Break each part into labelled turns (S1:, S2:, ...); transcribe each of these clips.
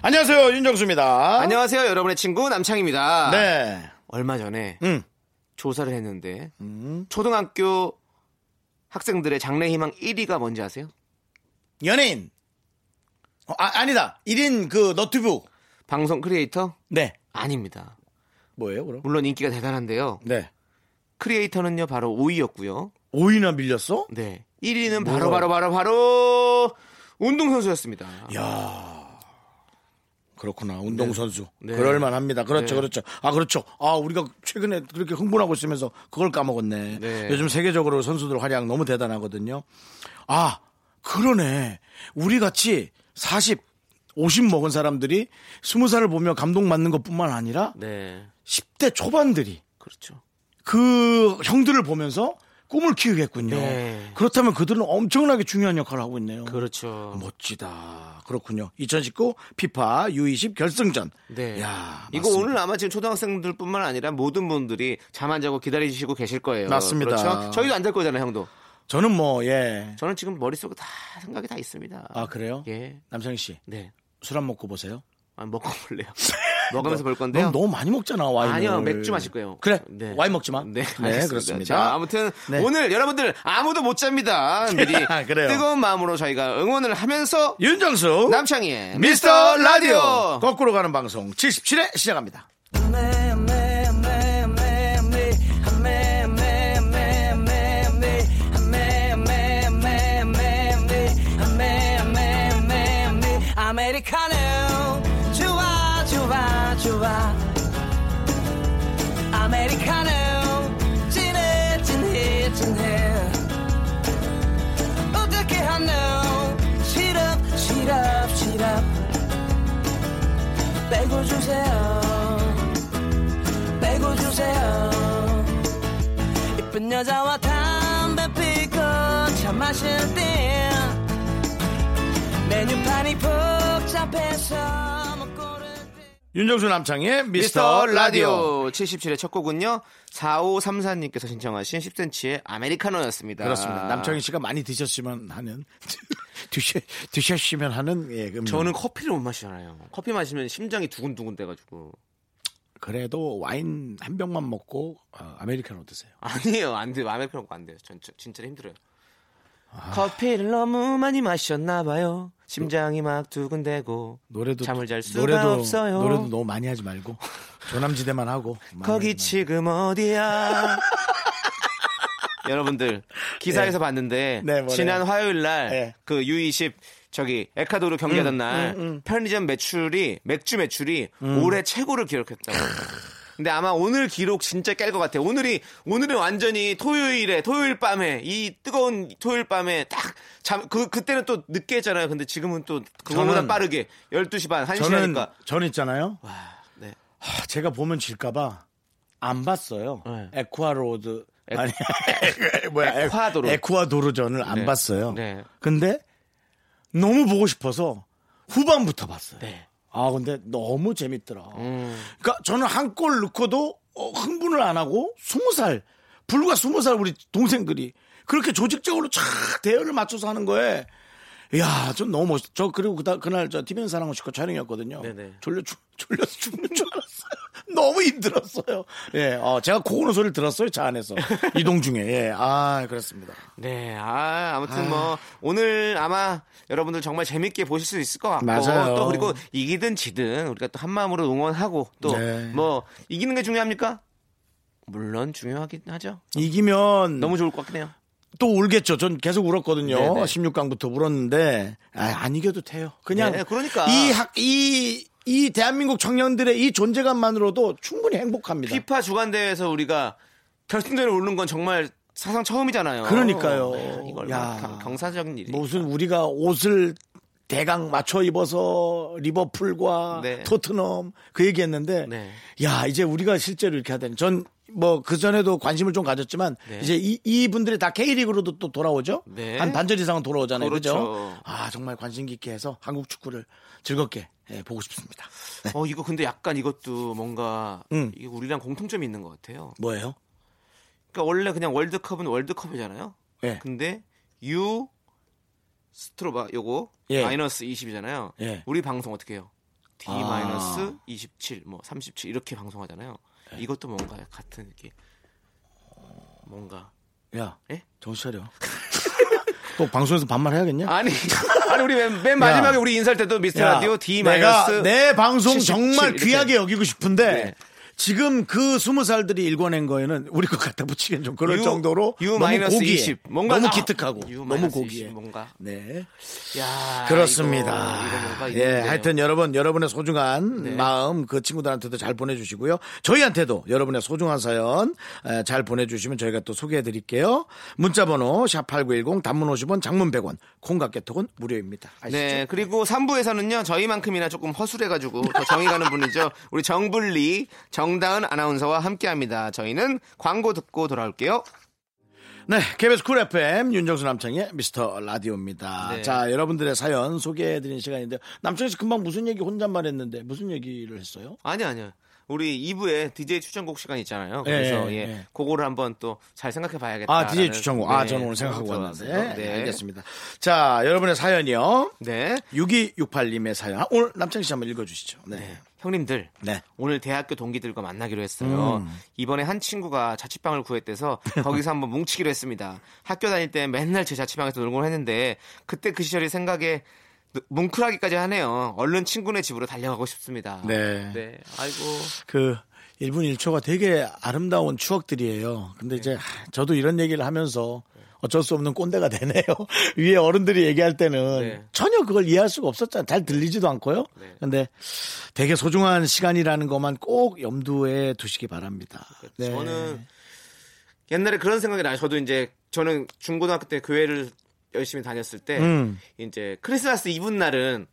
S1: 안녕하세요 윤정수입니다.
S2: 안녕하세요, 여러분의 친구 남창입니다.
S1: 어? 네.
S2: 얼마 전에
S1: 음.
S2: 조사를 했는데 초등학교 학생들의 장래희망 1위가 뭔지 아세요?
S1: 연예인. 어, 아, 아니다. 1인 그 너튜브.
S2: 방송 크리에이터?
S1: 네.
S2: 아닙니다.
S1: 뭐예요 그럼?
S2: 물론 인기가 대단한데요.
S1: 네.
S2: 크리에이터는요 바로 5위였고요.
S1: 5위나 밀렸어?
S2: 네, 1위는 바로 바로 바로 바로 운동선수였습니다.
S1: 그렇구나. 운동선수.
S2: 네.
S1: 그럴만 합니다. 그렇죠.
S2: 네.
S1: 그렇죠. 아, 그렇죠. 아, 우리가 최근에 그렇게 흥분하고 있으면서 그걸 까먹었네.
S2: 네.
S1: 요즘 세계적으로 선수들 활약 너무 대단하거든요. 아, 그러네. 우리 같이 40, 50 먹은 사람들이 20살을 보며 감동받는 것 뿐만 아니라
S2: 네,
S1: 10대 초반들이
S2: 그렇죠.
S1: 그 형들을 보면서 꿈을 키우겠군요.
S2: 네.
S1: 그렇다면 그들은 엄청나게 중요한 역할을 하고 있네요.
S2: 그렇죠.
S1: 뭐? 멋지다. 그렇군요. 2019 피파 U20 결승전.
S2: 네.
S1: 야,
S2: 이거 오늘 아마 지금 초등학생들뿐만 아니라 모든 분들이 잠 안 자고 기다리시고 계실 거예요.
S1: 맞습니다.
S2: 그렇죠? 저희도 안 될 거잖아요, 형도.
S1: 저는 뭐 예.
S2: 저는 지금 머릿속에 다 생각이 다 있습니다.
S1: 아 그래요?
S2: 예.
S1: 남창희 씨,
S2: 네.
S1: 술 안 먹고 보세요.
S2: 아, 먹고 볼래요. 먹으면서 볼 건데요.
S1: 넌 네. 너무 많이 먹잖아 와인.
S2: 아니요, 맥주 마실 거예요.
S1: 그래,
S2: 네.
S1: 와인 먹지 마. 네
S2: 네, 알겠습니다.
S1: 그렇습니다.
S2: 자, 아무튼
S1: 네. 아,
S2: 오늘 여러분들 아무도 못 잡니다. 미리
S1: 그래요.
S2: 뜨거운 마음으로 저희가 응원을 하면서
S1: 윤정수
S2: 남창희의
S1: 미스터 라디오 거꾸로 가는 방송 77회 시작합니다.
S3: 아메리카노 좋아 좋아 좋아 아메리카노 진해 진해 진해 어떻게 하노 시럽 시럽 시럽 빼고 주세요 빼고 주세요 이쁜 여자와 담배 피고 차 마실 때 메뉴판이 복잡해서 못 고를 때
S1: 윤정수 남창희의
S2: 미스터 라디오 77의 첫 곡은요 4534님께서 신청하신 10cm의 아메리카노였습니다.
S1: 그렇습니다. 남창희 씨가 많이 드셨으면 하는 드셔, 드셨으면 하는 예, 음
S2: 저는 커피를 못 마시잖아요. 커피 마시면 심장이 두근두근 돼가지고
S1: 그래도 와인 한 병만 먹고 어, 아메리카노 드세요.
S2: 아니에요 안 돼요 아메리카노 안 돼요. 전 저- 진짜 힘들어요. 커피를 너무 많이 마셨나 봐요. 심장이 막 두근대고
S1: 노래도
S2: 잠을 잘 수가
S1: 노래도
S2: 없어요.
S1: 노래도 너무 많이 하지 말고 조남지대만 하고 많이
S2: 거기
S1: 하지
S2: 지금 어디야? 여러분들 기사에서
S1: 네.
S2: 봤는데
S1: 네, 뭐래요?
S2: 지난 화요일 날
S1: 네.
S2: 그 U20 저기
S1: 음,
S2: 에콰도르 경기하던 날 편의점 매출이 맥주 매출이
S1: 음.
S2: 올해 최고를 기록했다고. 근데 아마 오늘 기록 진짜 깰 것 같아요. 오늘이 오늘은 완전히 토요일에 토요일 밤에 이 뜨거운 토요일 밤에 딱 잠 그 그때는 또 늦게 했잖아요. 근데 지금은 또 그거보다
S1: 저는-
S2: 빠르게 12시 반
S1: 말고.
S2: 1시니까
S1: 저는 전 있잖아요.
S2: 와. 네.
S1: 아, 제가 보면 질까봐 안 봤어요.
S2: 네.
S1: 에콰로드 아니 뭐야
S2: 에콰도르.
S1: 에콰도르전을 안
S2: 네.
S1: 봤어요.
S2: 네.
S1: 근데 너무 보고 싶어서 후반부터 봤어요.
S2: 네.
S1: 아 근데 너무 재밌더라.
S2: 음.
S1: 그러니까 저는 한 골 넣고도 어, 흥분을 안 하고 스무 살 불과 스무 살 우리 동생들이 그렇게 조직적으로 촥 대열을 맞춰서 하는 거에 이야 전 너무 멋있. 저 그리고 그다, 그날 저 TVN 사랑을 싣고 촬영이었거든요.
S2: 네네.
S1: 졸려 죽 졸려서 죽는 줄 알았어요. 너무 힘들었어요. 예, 어, 제가 고고는 소리를 들었어요 차 안에서 이동 중에. 예, 아 그렇습니다.
S2: 네, 아, 아무튼 뭐 오늘 아마 여러분들 정말 재밌게 보실 수 있을 것 같고
S1: 맞아요.
S2: 또 그리고 이기든 지든 우리가 또 한 마음으로 응원하고 또
S1: 네.
S2: 뭐 이기는 게 중요합니까? 물론 중요하긴 하죠.
S1: 음. 이기면
S2: 너무 좋을 것 같긴 해요.
S1: 또 울겠죠. 전 계속 울었거든요.
S2: 네네.
S1: 16강부터 울었는데 아, 안 이겨도 돼요. 그냥
S2: 네, 그러니까.
S1: 이 학 이 이 대한민국 청년들의 이 존재감만으로도 충분히 행복합니다.
S2: 피파 주간 대회에서 우리가 결승전에 오른 건 정말 사상 처음이잖아요.
S1: 그러니까요.
S2: 야, 이걸
S1: 야. 뭐.
S2: 경사적인 일이.
S1: 무슨 우리가 예. 옷을 대강 맞춰 입어서 리버풀과
S2: 네.
S1: 토트넘 그 얘기했는데
S2: 네.
S1: 야 이제 우리가 실제로 이렇게 하다니 전 뭐 그 전에도 관심을 좀 가졌지만
S2: 네.
S1: 이제 이, 이분들이 다 K리그로도 또 돌아오죠
S2: 네.
S1: 한 반절 이상은 돌아오잖아요 그죠
S2: 그렇죠.
S1: 아 정말 관심 깊게 해서 한국 축구를 즐겁게 예, 보고 싶습니다
S2: 어 이거 근데 약간 이것도 뭔가
S1: 음.
S2: 이게 우리랑 공통점이 있는 것 같아요.
S1: 뭐예요
S2: 그러니까 원래 그냥 월드컵은 월드컵이잖아요.
S1: 예.
S2: 근데 유 스트로바 요거
S1: 예.
S2: 마이너스 20이잖아요.
S1: 예. 아.
S2: 우리 방송 어떻게 해요? D 마이너스 27, 뭐 37 이렇게 방송하잖아요.
S1: 예.
S2: 이것도 뭔가 같은 이렇게 뭔가
S1: 야
S2: 예?
S1: 정신 차려 또 방송에서 반말 해야겠냐
S2: 아니 아니 우리 맨, 맨 마지막에 우리 인사할 때도 미스터
S1: 야,
S2: 라디오 D
S1: 내가
S2: 마이너스
S1: 내 방송
S2: 77
S1: 정말
S2: 이렇게.
S1: 귀하게 여기고 싶은데
S2: 네.
S1: 지금 그 스무 살들이 일궈낸 거에는 우리 것 갖다 붙이기엔 좀 그럴
S2: U-
S1: 정도로
S2: U-
S1: 너무
S2: 마이너스
S1: 고기해
S2: 20. 뭔가
S1: 너무
S2: 나-
S1: 기특하고
S2: U-
S1: 너무
S2: 마이너스
S1: 고기해
S2: 20 뭔가.
S1: 네
S2: 야,
S1: 그렇습니다
S2: 이거- 이거 뭔가
S1: 예
S2: 있는데요.
S1: 하여튼 여러분 여러분의 소중한
S2: 네.
S1: 마음 그 친구들한테도 잘 보내주시고요 저희한테도 여러분의 소중한 사연 에, 잘 보내주시면 저희가 또 소개해드릴게요 문자번호 샵8910 단문 50원 장문 100원 콩과 깨톡은 무료입니다 아시죠?
S2: 네, 그리고 3부에서는요, 저희만큼이나 조금 허술해가지고 더 정이 가는 분이죠. 우리 정불리, 정다은 아나운서와 함께 합니다. 저희는 광고 듣고 돌아올게요.
S1: 네, KBS 쿨 FM 윤정수 남창의 미스터 라디오입니다.
S2: 네.
S1: 자, 여러분들의 사연 소개해드리는 시간인데 남창이 씨 금방 무슨 얘기 혼잣말 했는데 무슨 얘기를 했어요?
S2: 아니, 아니요. 우리 2부에 DJ 추천곡 시간 있잖아요. 그래서
S1: 예,
S2: 예,
S1: 예.
S2: 그거를 한번 또 잘 네, 생각해 봐야겠다.
S1: 아, DJ 추천곡. 아, 저는 오늘 생각하고 왔는데. 네, 알겠습니다. 자, 여러분의 사연이요.
S2: 네.
S1: 6268님의 사연. 아, 오늘 남창희 씨 한번 읽어주시죠. 네.
S2: 형님들.
S1: 네. 음.
S2: 오늘 대학교 동기들과 만나기로 했어요. 이번에 한 친구가 자취방을 구했대서 거기서 한번 뭉치기로 했습니다. 학교 다닐 때 맨날 제 자취방에서 놀곤 했는데 그때 그 시절이 생각에 뭉클하기까지 하네요. 얼른 친구네 집으로 달려가고 싶습니다.
S1: 네.
S2: 아이고.
S1: 그 1분 1초가 되게 아름다운 추억들이에요. 근데 이제
S2: 네.
S1: 하, 저도 이런 얘기를 하면서 어쩔 수 없는 꼰대가 되네요. 위에 어른들이 얘기할 때는
S2: 네.
S1: 전혀 그걸 이해할 수가 없었잖아요. 잘 들리지도 않고요.
S2: 네.
S1: 근데 되게 소중한 시간이라는 것만 꼭 염두에 두시기 바랍니다. 네.
S2: 그렇죠. 저는 옛날에 그런 생각이 나요. 저도 이제 저는 중고등학교 때 교회를 열심히 다녔을 때
S1: 음.
S2: 이제 크리스마스 이브 날은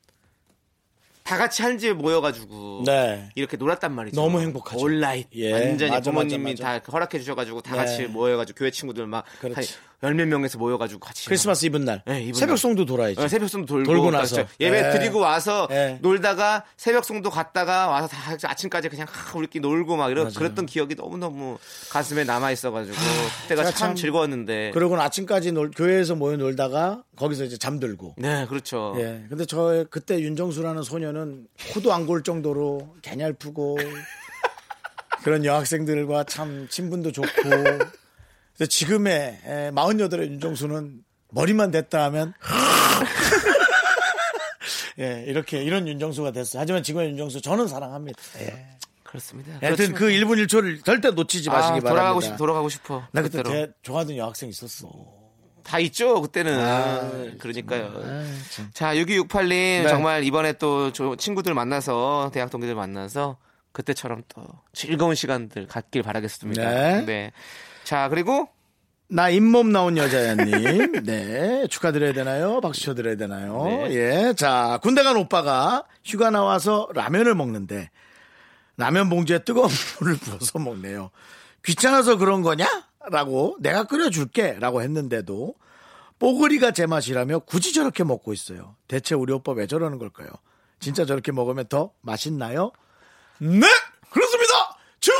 S2: 다 같이 한 집에 모여가지고
S1: 네.
S2: 이렇게 놀았단 말이죠.
S1: 너무 행복하죠.
S2: 온라인
S1: 예,
S2: 완전히
S1: 맞아,
S2: 부모님이
S1: 맞아, 맞아.
S2: 다 허락해 주셔가지고 다
S1: 네.
S2: 같이 모여가지고 교회 친구들
S1: 그렇지.
S2: 막한열몇 명에서 모여가지고 같이
S1: 크리스마스 이브 날
S2: 네, 이브
S1: 새벽송도 돌아야죠.
S2: 어, 새벽송도 돌고,
S1: 돌고 나서.
S2: 그렇죠. 예배
S1: 네.
S2: 드리고 와서
S1: 네.
S2: 놀다가 새벽송도 갔다가 와서 다 아침까지 그냥 하, 우리끼리 놀고 막 이런 그랬던 기억이 너무 너무 가슴에 남아 있어가지고
S1: 제가
S2: 그때가 참,
S1: 참-
S2: 즐거웠는데.
S1: 그러고는 아침까지 놀- 교회에서 모여 놀다가 거기서 이제 잠들고
S2: 네, 그렇죠.
S1: 예. 근데 저 그때 윤정수라는 소녀는 코도 안 골 정도로 개냘프고 그런 여학생들과 참 친분도 좋고. 근데 지금의 48의 윤정수는 머리만 됐다 하면 예, 이렇게 이런 윤정수가 됐어요. 하지만 지금의 윤정수 저는 사랑합니다. 예.
S2: 그렇습니다.
S1: 하여튼
S2: 그렇지만-
S1: 그 1분 1초를 절대 놓치지
S2: 아,
S1: 마시기
S2: 돌아가고
S1: 바랍니다.
S2: 싶 돌아가고 싶어.
S1: 나 그때
S2: 그때로.
S1: 제 좋아하던 여학생 있었어.
S2: 다 있죠 그때는
S1: 아,
S2: 아, 그러니까요 자 6268님
S1: 네.
S2: 정말 이번에 또 조- 친구들 만나서 대학 동기들 만나서 그때처럼 또 즐거운 시간들 갖길 바라겠습니다
S1: 네.
S2: 자 그리고
S1: 나 잇몸 나온 여자야님. 네. 축하드려야 되나요? 박수 쳐드려야 되나요? 예. 자, 군대 간 오빠가 휴가 나와서 라면을 먹는데 라면 봉지에 뜨거운 물을 부어서 먹네요. 귀찮아서 그런 거냐? 라고 내가 끓여줄게 라고 했는데도 뽀글이가 제 맛이라며 굳이 저렇게 먹고 있어요. 대체 우리 오빠 왜 저러는 걸까요? 진짜 저렇게 먹으면 더 맛있나요? 네! 그렇습니다! 쭉!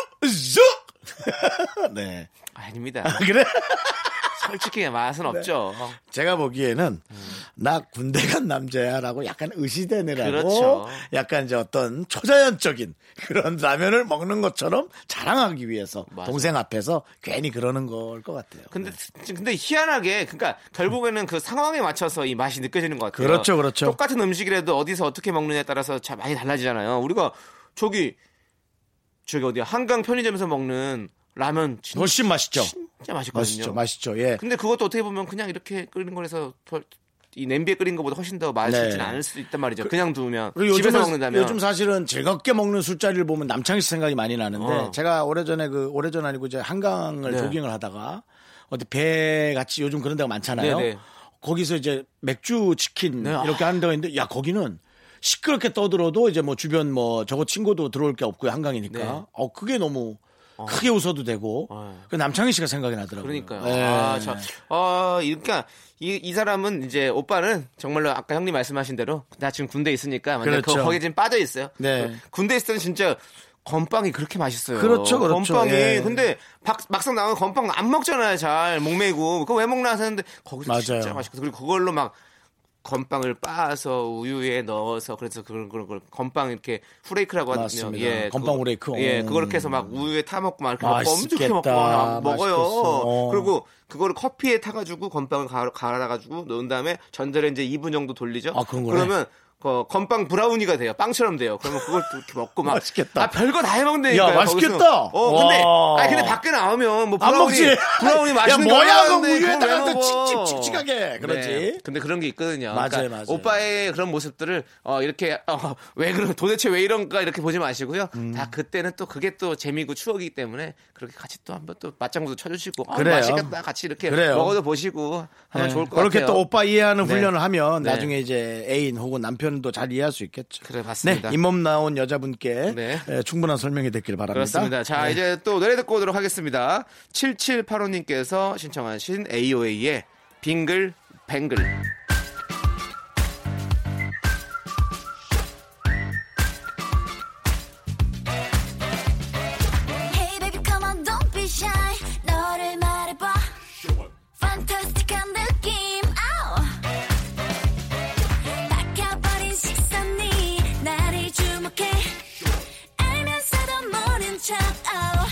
S1: 쭉! 네.
S2: 아닙니다
S1: 그래?
S2: 솔직히 맛은
S1: 네.
S2: 없죠
S1: 제가 보기에는 나 군대 간 남자야라고 약간 의시되느라고
S2: 그렇죠.
S1: 약간 이제 어떤 초자연적인 그런 라면을 먹는 것처럼 자랑하기 위해서
S2: 맞아요.
S1: 동생 앞에서 괜히 그러는 걸 것 같아요.
S2: 근데
S1: 네.
S2: 근데 희한하게 그러니까 결국에는 그 상황에 맞춰서 이 맛이 느껴지는 것 같아요
S1: 그렇죠, 그렇죠.
S2: 똑같은 음식이라도 어디서 어떻게 먹느냐에 따라서 참 많이 달라지잖아요 우리가 저기 저기 어디야 한강 편의점에서 먹는 라면 진짜
S1: 훨씬 맛있죠.
S2: 진짜 맛있거든요.
S1: 맛있죠, 맛있죠. 예.
S2: 근데 그것도 어떻게 보면 그냥 이렇게 끓이는 거라서 덜- 이 냄비에 끓인 것보다 훨씬 더 맛있진
S1: 네.
S2: 않을 수도 있단 말이죠. 그냥 두면
S1: 그리고
S2: 집에서
S1: 요즘은-
S2: 먹는다면
S1: 요즘 사실은 즐겁게 먹는 술자리를 보면 남창희 씨 생각이 많이 나는데
S2: 어.
S1: 제가 오래전에 그 오래전 아니고 이제 한강을
S2: 네.
S1: 조깅을 하다가 어디 배 같이 요즘 그런 데가 많잖아요.
S2: 네, 네.
S1: 거기서 이제 맥주 치킨 이렇게 하는 데가 있는데 야 거기는 시끄럽게 떠들어도 이제 뭐 주변 뭐 저거 친구도 들어올 게 없고요 한강이니까
S2: 네.
S1: 어 그게 너무 크게 웃어도 되고 그 남창희 씨가 생각이 나더라고요.
S2: 그러니까요.
S1: 예.
S2: 아, 저, 어, 그러니까 이, 이 사람은 이제 오빠는 정말로 아까 형님 말씀하신 대로 나 지금 군대 있으니까 만약
S1: 그렇죠.
S2: 그 거기에 지금 빠져 있어요. 그
S1: 네.
S2: 군대 있을 때는 진짜 건빵이 그렇게 맛있어요.
S1: 그렇죠, 그렇죠.
S2: 건빵이
S1: 예.
S2: 근데 박, 막상 나오면 건빵 안 먹잖아요. 잘 목매고 그거 왜 먹나 하는데 거기서 진짜
S1: 맞아요.
S2: 맛있고 그리고 그걸로 막 건빵을 빻아서 우유에 넣어서 그래서 그런 그런 걸 건빵 이렇게 후레이크라고 하거든요.
S1: 맞습니다. 건빵
S2: 그거-
S1: 후레이크.
S2: 예,
S1: 음.
S2: 그걸 이렇게 해서 막 우유에 타 먹고 막 이렇게 먹고 엄청
S1: 맛있겠다.
S2: 먹고 막 먹어요.
S1: 맛있겠어. 어.
S2: 그리고 그거를 커피에 타가지고 건빵을 갈아, 갈아가지고 넣은 다음에 전자레인지 2분 정도 돌리죠.
S1: 아, 그런 거네.
S2: 그러면 그 건빵 브라우니가 돼요. 빵처럼 돼요. 그러면 그걸 또 이렇게 먹고 막
S1: 맛있겠다.
S2: 아, 별거 다 해먹는다니까.
S1: 야, 맛있겠다.
S2: 어, 근데
S1: 와.
S2: 아, 근데 밖에 나오면 뭐
S1: 안
S2: 브라우니
S1: 먹지.
S2: 브라우니 맛있는
S1: 야,
S2: 거
S1: 뭐야, 그거
S2: 하는데
S1: 우유에
S2: 그걸 왜
S1: 따라서
S2: 먹어.
S1: 칙칙칙칙하게. 그러지.
S2: 네. 근데 그런 게 있거든요.
S1: 맞아요,
S2: 그러니까
S1: 맞아요.
S2: 오빠의 그런 모습들을 어, 이렇게 어, 왜 그런 도대체 왜 이런가 이렇게 보지 마시고요.
S1: 음.
S2: 다 그때는 또 그게 또 재미고 추억이기 때문에 그렇게 같이 또 한번 또 맞장구도 쳐주시고 아,
S1: 그래요.
S2: 맛있겠다 같이 이렇게
S1: 그래요.
S2: 먹어도 보시고 하면
S1: 네.
S2: 좋을 것
S1: 그렇게
S2: 같아요.
S1: 또 오빠 이해하는
S2: 네.
S1: 훈련을 하면
S2: 네.
S1: 나중에 이제 애인 혹은 남편도 잘 이해할 수 있겠죠.
S2: 그래, 맞습니다.
S1: 네, 잇몸 나온 여자분께
S2: 네.
S1: 에, 충분한 설명이 됐길 바랍니다.
S2: 그렇습니다.
S1: 네.
S2: 자 이제 또 노래 듣고 오도록 하겠습니다. 7785님께서 신청하신 AOA의 빙글 뱅글
S4: Hey baby come on don't be shy 너를 말해봐 판타스틱한 느낌 아우 박혀버린 식선이 나를 주목해 알면서도 모른 척 아우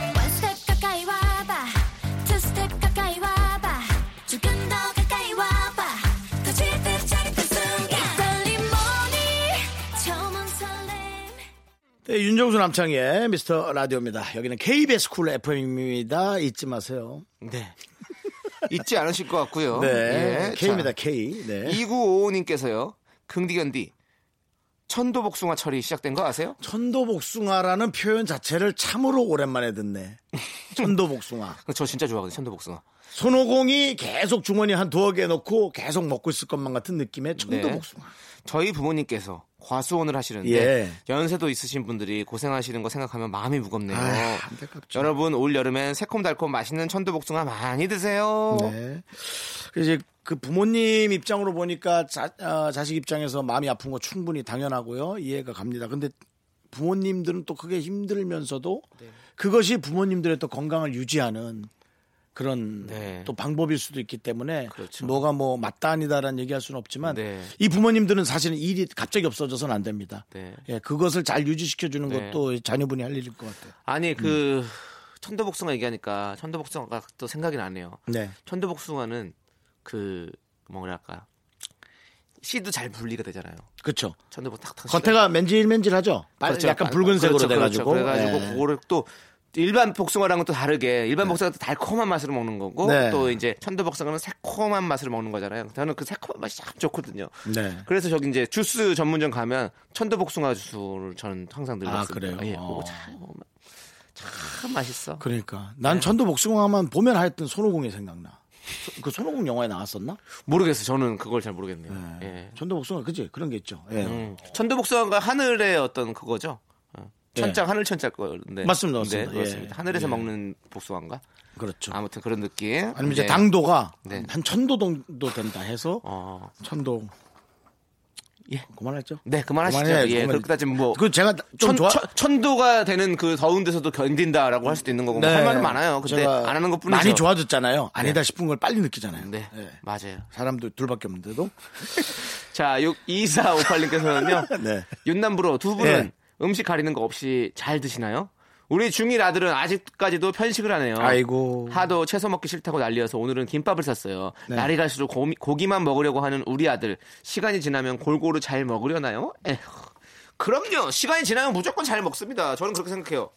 S4: One step 가까이 와봐 Two step 가까이 와봐 조금 더 가까이 와봐 터질 듯 차릴 듯 순간 이 떨림 뭐니 처음 온 설렘
S1: 네, 윤정수 남창의 미스터 라디오입니다. 여기는 KBS 쿨 FM입니다. 잊지 마세요.
S2: 네. 잊지 않으실 것 같고요.
S1: 네,
S2: 예,
S1: K입니다.
S2: 자,
S1: K. 네.
S2: 2955님께서요. 긍디견디 천도복숭아 철이 시작된 거 아세요?
S1: 천도복숭아라는 표현 자체를 참으로 오랜만에 듣네. 천도복숭아.
S2: 저 진짜 좋아하거든요. 천도복숭아.
S1: 손오공이 계속 주머니 한 두어 개 넣고 계속 먹고 있을 것만 같은
S2: 네.
S1: 느낌의 천도복숭아.
S2: 어, 저희 부모님께서 과수원을 하시는데
S1: 예.
S2: 연세도 있으신 분들이 고생하시는 거 생각하면 마음이 무겁네요.
S1: 아휴, 안타깝죠.
S2: 여러분 올 여름엔 새콤달콤 맛있는 천도복숭아 많이 드세요.
S1: 네. 그 이제 그 부모님 입장으로 보니까 자, 아, 자식 입장에서 마음이 아픈 거 충분히 당연하고요. 이해가 갑니다. 근데 부모님들은 또 그게 힘들면서도
S2: 네.
S1: 그것이 부모님들의 또 건강을 유지하는 그런
S2: 네.
S1: 또 방법일 수도 있기 때문에
S2: 그렇죠.
S1: 뭐가 뭐 맞다 아니다라는 얘기할 수는 없지만
S2: 네.
S1: 이 부모님들은 사실은 일이 갑자기 없어져서는 안 됩니다.
S2: 네.
S1: 예, 그것을 잘 유지시켜 주는
S2: 네.
S1: 것도 자녀분이 할 일일 것 같아요.
S2: 아니 그 천도복숭아 얘기하니까 천도복숭아가 또 생각이 나네요.
S1: 네.
S2: 천도복숭아는 그 뭐랄까 씨도 잘 분리가 되잖아요.
S1: 그렇죠.
S2: 천도복 탁탁
S1: 겉에가 맨질맨질하죠. 빨-
S2: 그렇죠.
S1: 약간
S2: 아,
S1: 붉은색으로
S2: 그렇죠,
S1: 돼가지고.
S2: 그렇죠. 그래가지고
S1: 예.
S2: 그거를 또 일반 복숭아랑은 또 다르게 일반 복숭아는 또 달콤한 맛으로 먹는 거고
S1: 네.
S2: 또 이제 천도 복숭아는 새콤한 맛으로 먹는 거잖아요. 저는 그 새콤한 맛이 참 좋거든요.
S1: 네.
S2: 그래서 저기 이제 주스 전문점 가면 천도 복숭아 주스를 저는 항상 들고
S1: 아,
S2: 있습니다.
S1: 그래요?
S2: 예, 그거
S1: 어.
S2: 참, 참 맛있어.
S1: 그러니까
S2: 네.
S1: 난 천도 복숭아만 보면 하여튼 손오공이 생각나. 소- 그 손오공 영화에 나왔었나?
S2: 모르겠어요. 저는 그걸 잘 모르겠네요. 예.
S1: 천도 복숭아 그지 그런 게 있죠. 예.
S2: 음. 천도 복숭아가 하늘의 어떤 그거죠. 어. 천장 하늘 천자 건데
S1: 네. 맞습니다,
S2: 네,
S1: 맞습니다.
S2: 그렇습니다.
S1: 예.
S2: 하늘에서
S1: 예.
S2: 먹는 복숭아인가?
S1: 그렇죠.
S2: 아무튼 그런 느낌.
S1: 아니면 이제
S2: 네.
S1: 당도가
S2: 네.
S1: 한 천도 정도 된다 해서
S2: 어.
S1: 천도
S2: 예.
S1: 그만했죠.
S2: 네, 그만하시죠.
S1: 그만해요,
S2: 예,
S1: 그만.
S2: 그렇게 따지면 뭐.
S1: 그 제가 좀
S2: 천,
S1: 좋아.
S2: 도가 되는 그 더운 데서도 견딘다라고 할 수도 있는 거고 뭐
S1: 네.
S2: 할 말은 많아요. 근데
S1: 제가
S2: 안 하는 것뿐이죠.
S1: 많이 좋아졌잖아요. 아니다 싶은 걸 빨리 느끼잖아요.
S2: 네,
S1: 예.
S2: 맞아요.
S1: 사람도 둘밖에 없는데도
S2: 자, 2458님께서는요.
S1: 네.
S2: 윤남부로 두 분은
S1: 예.
S2: 음식 가리는 거 없이 잘 드시나요? 우리 중1 아들은 아직까지도 편식을 하네요.
S1: 아이고.
S2: 하도 채소 먹기 싫다고 난리여서 오늘은 김밥을 샀어요.
S1: 네.
S2: 날이 갈수록 고미- 고기만 먹으려고 하는 우리 아들. 시간이 지나면 골고루 잘 먹으려나요? 에휴. 그럼요. 시간이 지나면 무조건 잘 먹습니다. 저는 그렇게 생각해요.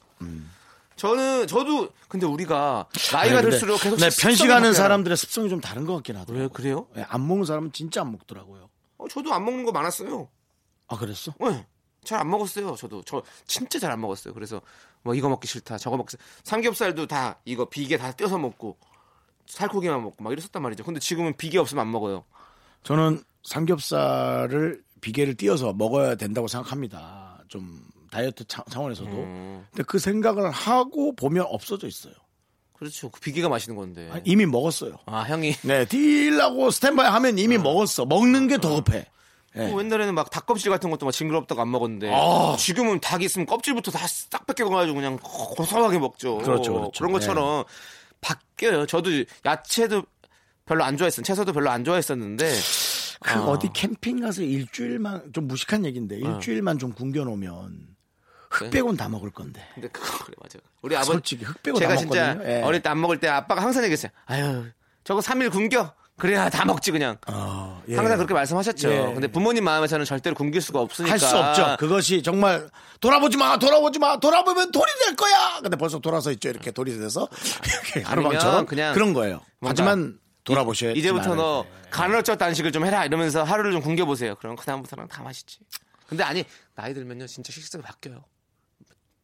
S2: 저는 저도 근데 우리가
S1: 네, 음.
S2: 나이가
S1: 근데
S2: 들수록 계속
S1: 네,
S2: 식성이
S1: 편식하는
S2: 바뀌어요.
S1: 사람들의 습성이 좀 다른 것 같긴
S2: 왜
S1: 하더라고요.
S2: 그래요?
S1: 예, 안 먹는 사람은 진짜 안 먹더라고요.
S2: 어, 저도 안 먹는 거 많았어요.
S1: 아 그랬어?
S2: 네, 잘 안 먹었어요. 저도 저 진짜 잘 안 먹었어요. 그래서 뭐 이거 먹기 싫다, 저거 먹기 싫다. 삼겹살도 다 이거 비계 다 떼서 먹고 살코기만 먹고 막 이랬었단 말이죠. 근데 지금은 비계 없으면 안 먹어요.
S1: 저는 삼겹살을 비계를 띄어서 먹어야 된다고 생각합니다. 좀 다이어트 차- 차원에서도.
S2: 음.
S1: 근데 그 생각을 하고 보면 없어져 있어요.
S2: 그렇죠. 그 비계가 맛있는 건데.
S1: 아니, 이미 먹었어요.
S2: 아 형이
S1: 네, 딜라고 스탠바이 하면
S2: 아.
S1: 이미 먹었어. 먹는 게 더 급해. 네.
S2: 뭐 옛날에는 막 닭껍질 같은 것도 막 징그럽다고 안 먹었는데
S1: 아.
S2: 지금은 닭 있으면 껍질부터 다 싹 벗겨가지고 그냥 고소하게 먹죠.
S1: 그렇죠, 그렇죠. 네.
S2: 런 것처럼 바뀌어요. 저도 야채도 별로 안 좋아했어요. 채소도 별로 안 좋아했었는데 아.
S1: 그 어디 캠핑 가서 일주일만 좀 무식한 얘기인데 일주일만 좀 굶겨 놓으면
S2: 네.
S1: 흑백은 다 먹을 건데.
S2: 근데 그거 그래 맞아. 요 우리 아버지
S1: 솔직히 흑백은 다
S2: 제가
S1: 먹거든요.
S2: 진짜
S1: 예.
S2: 어릴 때 안 먹을 때 아빠가 항상 얘기했어요. 아유 저거 3일 굶겨 그래야 다 먹지 그냥.
S1: 어, 예.
S2: 항상 그렇게 말씀하셨죠.
S1: 예.
S2: 근데 부모님 마음에서는 절대로 굶길 수가 없으니까
S1: 할 수 없죠. 그것이 정말 돌아보지 마, 돌아보지 마, 돌아보면 돌이 될 거야. 근데 벌써 돌아서 있죠. 이렇게 돌이 돼서 이렇게 하루방처럼
S2: 그냥
S1: 그런 거예요.
S2: 뭔가
S1: 하지만 돌아보셔야
S2: 이제부터
S1: 지만은.
S2: 너 간헐적 단식을 좀 해라 이러면서 하루를 좀 굶겨보세요. 그럼 그다음부터는 다 맛있지. 근데 아니 나이 들면요 진짜 식습이 바뀌어요.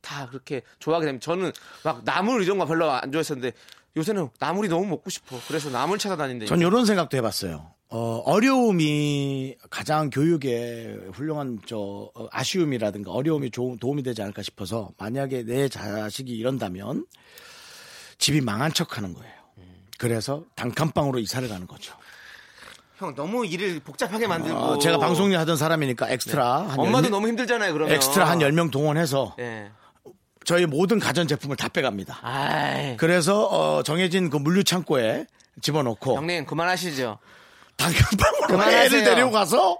S2: 다 그렇게 좋아하게 되면 저는 막 나물 이런 거 별로 안 좋아했었는데 요새는 나물이 너무 먹고 싶어. 그래서 나물 찾아다니는데
S1: 전 이런 생각도 해봤어요. 어, 어려움이 가장 교육에 훌륭한 저 어, 아쉬움이라든가 어려움이 조- 도움이 되지 않을까 싶어서 만약에 내 자식이 이런다면 집이 망한 척하는 거예요. 그래서 단칸방으로 이사를 가는 거죠.
S2: 형 너무 일을 복잡하게 만들고
S1: 어, 제가 방송일 하던 사람이니까 엑스트라 한
S2: 네. 엄마도
S1: 10명
S2: 너무 힘들잖아요. 어. 그러면
S1: 엑스트라 한 10명 동원해서
S2: 예.
S1: 저희 모든 가전제품을 다 빼갑니다.
S2: 아이
S1: 그래서 어, 정해진 그 물류창고에 집어넣고
S2: 형님 그만하시죠.
S1: 단칸방으로
S2: 그만하세요.
S1: 애를 데리고 가서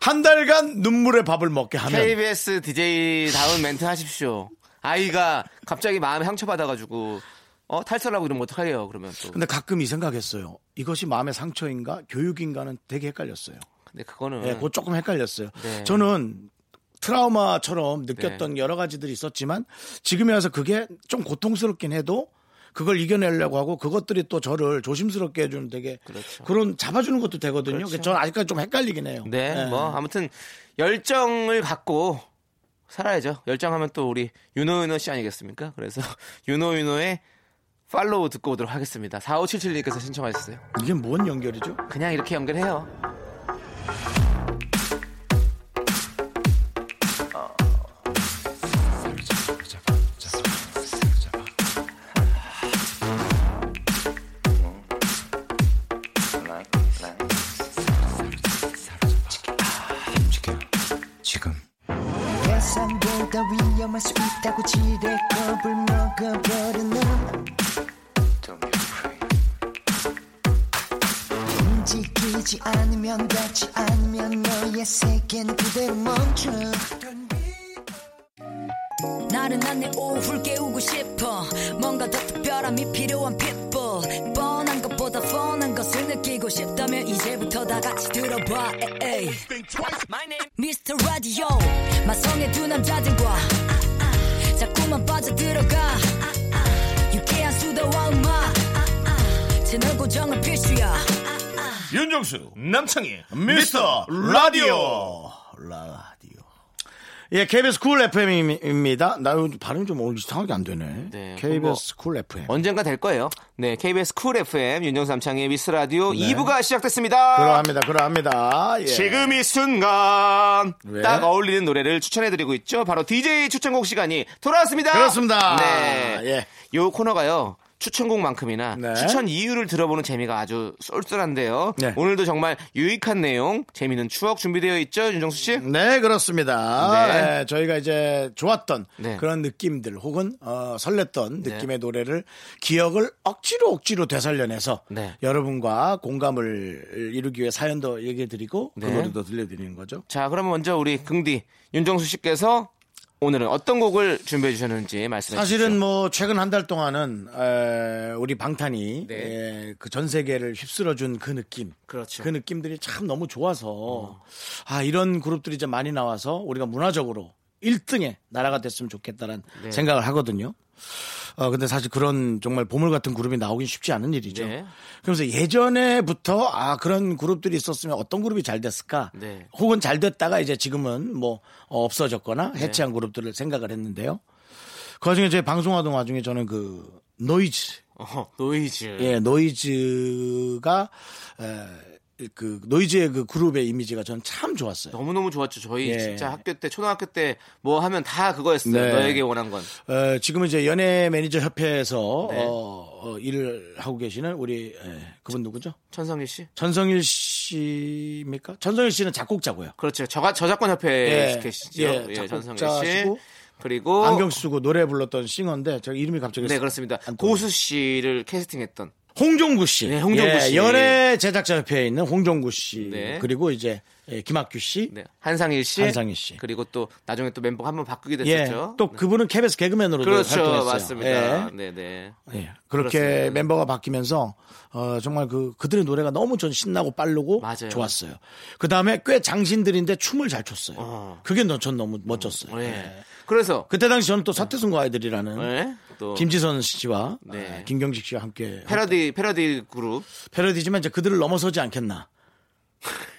S1: 한 달간 눈물의 밥을 먹게 하면
S2: KBS DJ 다운 멘트 하십시오. 아이가 갑자기 마음에 상처받아가지고 어 탈설하고 이러면 어떡해요 그러면 또
S1: 근데 가끔 이 생각했어요. 이것이 마음의 상처인가 교육인가는 되게 헷갈렸어요.
S2: 근데 그거는
S1: 예, 그거 조금 헷갈렸어요.
S2: 음. 네.
S1: 저는 트라우마처럼 느꼈던 여러 가지들이 있었지만 지금에 와서 그게 좀 고통스럽긴 해도 그걸 이겨내려고 하고 그것들이 또 저를 조심스럽게 해주는 되게
S2: 그렇죠.
S1: 그런 잡아주는 것도 되거든요.
S2: 그렇죠.
S1: 저는 아직까지 좀 헷갈리긴 해요.
S2: 네,
S1: 예.
S2: 뭐 아무튼 열정을 갖고 살아야죠. 열정하면 또 우리 윤호윤호 씨 아니겠습니까? 그래서 윤호윤호의 팔로우 듣고 오도록 하겠습니다. 4577님께서 신청하셨어요.
S1: 이게 뭔 연결이죠?
S2: 그냥 이렇게 연결해요.
S5: 세상보다 위험할 수 있다고 지레겁을 먹어버린 너 움직이지 않으면 닿지 않으면 너의 세계는 그대로 멈춰
S6: 나른한 내 오후를 깨우고 싶어 뭔가 더 특별함이 필요한 people 뻔한 것보다 뻔한 것을 느끼고 싶다면 이제부터 다 같이 들어봐 에이. Mr. Radio 마성의 두 남자들과 자꾸만 빠져들어가 유쾌한 수다와 음악 채널 고정은 필수야
S7: 윤정수 남창희
S1: 미스터 어, 라디오 라디오 예 KBS 쿨 FM입니다. 나 이거 발음 좀 오늘 이상하게 안 되네.
S2: 네,
S1: KBS 쿨 FM
S2: 언젠가 될 거예요. 네, KBS 쿨 FM 윤정수 남창의 미스 라디오 2부가 시작됐습니다.
S1: 네. 그러합니다. 그러합니다. 예.
S2: 지금 이 순간
S1: 왜?
S2: 딱 어울리는 노래를 추천해드리고 있죠. 바로 DJ 추천곡 시간이 돌아왔습니다.
S1: 그렇습니다.
S2: 네,
S1: 예.
S2: 요 코너가요. 추천곡만큼이나
S1: 네.
S2: 추천 이유를 들어보는 재미가 아주 쏠쏠한데요.
S1: 네.
S2: 오늘도 정말 유익한 내용, 재미있는 추억 준비되어 있죠, 윤정수 씨?
S1: 네 그렇습니다.
S2: 네.
S1: 예, 저희가 이제 좋았던
S2: 네.
S1: 그런 느낌들 혹은 어, 설렜던 느낌의 노래를 기억을 억지로 억지로 되살려내서
S2: 네.
S1: 여러분과 공감을 이루기 위해 사연도 얘기해드리고
S2: 네.
S1: 그 노래도 들려드리는 거죠.
S2: 자, 그러면 먼저 우리 긍디 윤정수 씨께서 오늘은 어떤 곡을 준비해 주셨는지 말씀해 주시죠.
S1: 사실은 뭐 최근 한 달 동안은 에, 우리 방탄이
S2: 네.
S1: 그 전 세계를 휩쓸어준 그 느낌,
S2: 그렇죠. 어.
S1: 그 느낌들이 참 너무 좋아서 아 이런 그룹들이 이제 많이 나와서 우리가 문화적으로 1등의 나라가 됐으면 좋겠다는
S2: 네.
S1: 생각을 하거든요. 어 근데 사실 그런 정말 보물 같은 그룹이 나오긴 쉽지 않은 일이죠.
S2: 네.
S1: 그래서 예전에부터 아 그런 그룹들이 있었으면 어떤 그룹이 잘 됐을까?
S2: 네.
S1: 혹은 잘 됐다가 이제 지금은 뭐 어, 없어졌거나
S2: 네.
S1: 해체한 그룹들을 생각을 했는데요. 그 와중에 저희 방송하던 와중에 저는 그 노이즈
S2: 어허, 노이즈.
S1: 예, 노이즈가 에, 그 노이즈의 그 그룹의 이미지가 저는 참 좋았어요.
S2: 너무너무 좋았죠. 저희
S1: 예.
S2: 진짜 학교 때, 초등학교 때 뭐 하면 다 그거였어요.
S1: 네.
S2: 너에게 원한 건.
S1: 어, 지금은 이제 연예 매니저 협회에서
S2: 네.
S1: 어, 어, 일을 하고 계시는 우리 예, 그분 누구죠?
S2: 천성일 씨?
S1: 전성일 씨입니까? 전성일 씨는 작곡자고요.
S2: 그렇죠. 저가 저작권
S1: 예.
S2: 협회 스케치죠.
S1: 예,
S2: 예, 전성일 씨.
S1: 작곡자시고
S2: 그리고
S1: 안경 쓰고 노래 불렀던 싱어인데 저 이름이 갑자기
S2: 네, 그렇습니다.
S1: 안 떠오르네.
S2: 고수 씨를 캐스팅했던
S1: 홍종구 씨.
S2: 네, 홍종구
S1: 예,
S2: 씨.
S1: 연예 제작자 협회에 있는 홍종구 씨.
S2: 네.
S1: 그리고 이제 예, 김학규 씨.
S2: 네, 한상일 씨.
S1: 한상일 씨.
S2: 그리고 또 나중에 또 멤버 한번 바꾸게
S1: 예.
S2: 됐었죠. 네.
S1: 또 그분은 KBS 개그맨으로도
S2: 그렇죠.
S1: 활동했어요.
S2: 맞습니다.
S1: 예.
S2: 네, 네.
S1: 예, 그렇게
S2: 그렇습니다.
S1: 멤버가 바뀌면서 어, 정말 그 그들의 노래가 너무 전 신나고 빠르고
S2: 맞아요.
S1: 좋았어요. 그 다음에 꽤 장신들인데 춤을 잘 췄어요.
S2: 어.
S1: 그게 너- 전 너무 멋졌어요.
S2: 예.
S1: 예.
S2: 그래서
S1: 그때 당시 저는 또 서태순과 아이들이라는
S2: 예. 또
S1: 김지선 씨와
S2: 네.
S1: 어, 김경식 씨와 함께
S2: 패러디 패러디 그룹
S1: 패러디지만 이제 그들을 넘어서지 않겠나.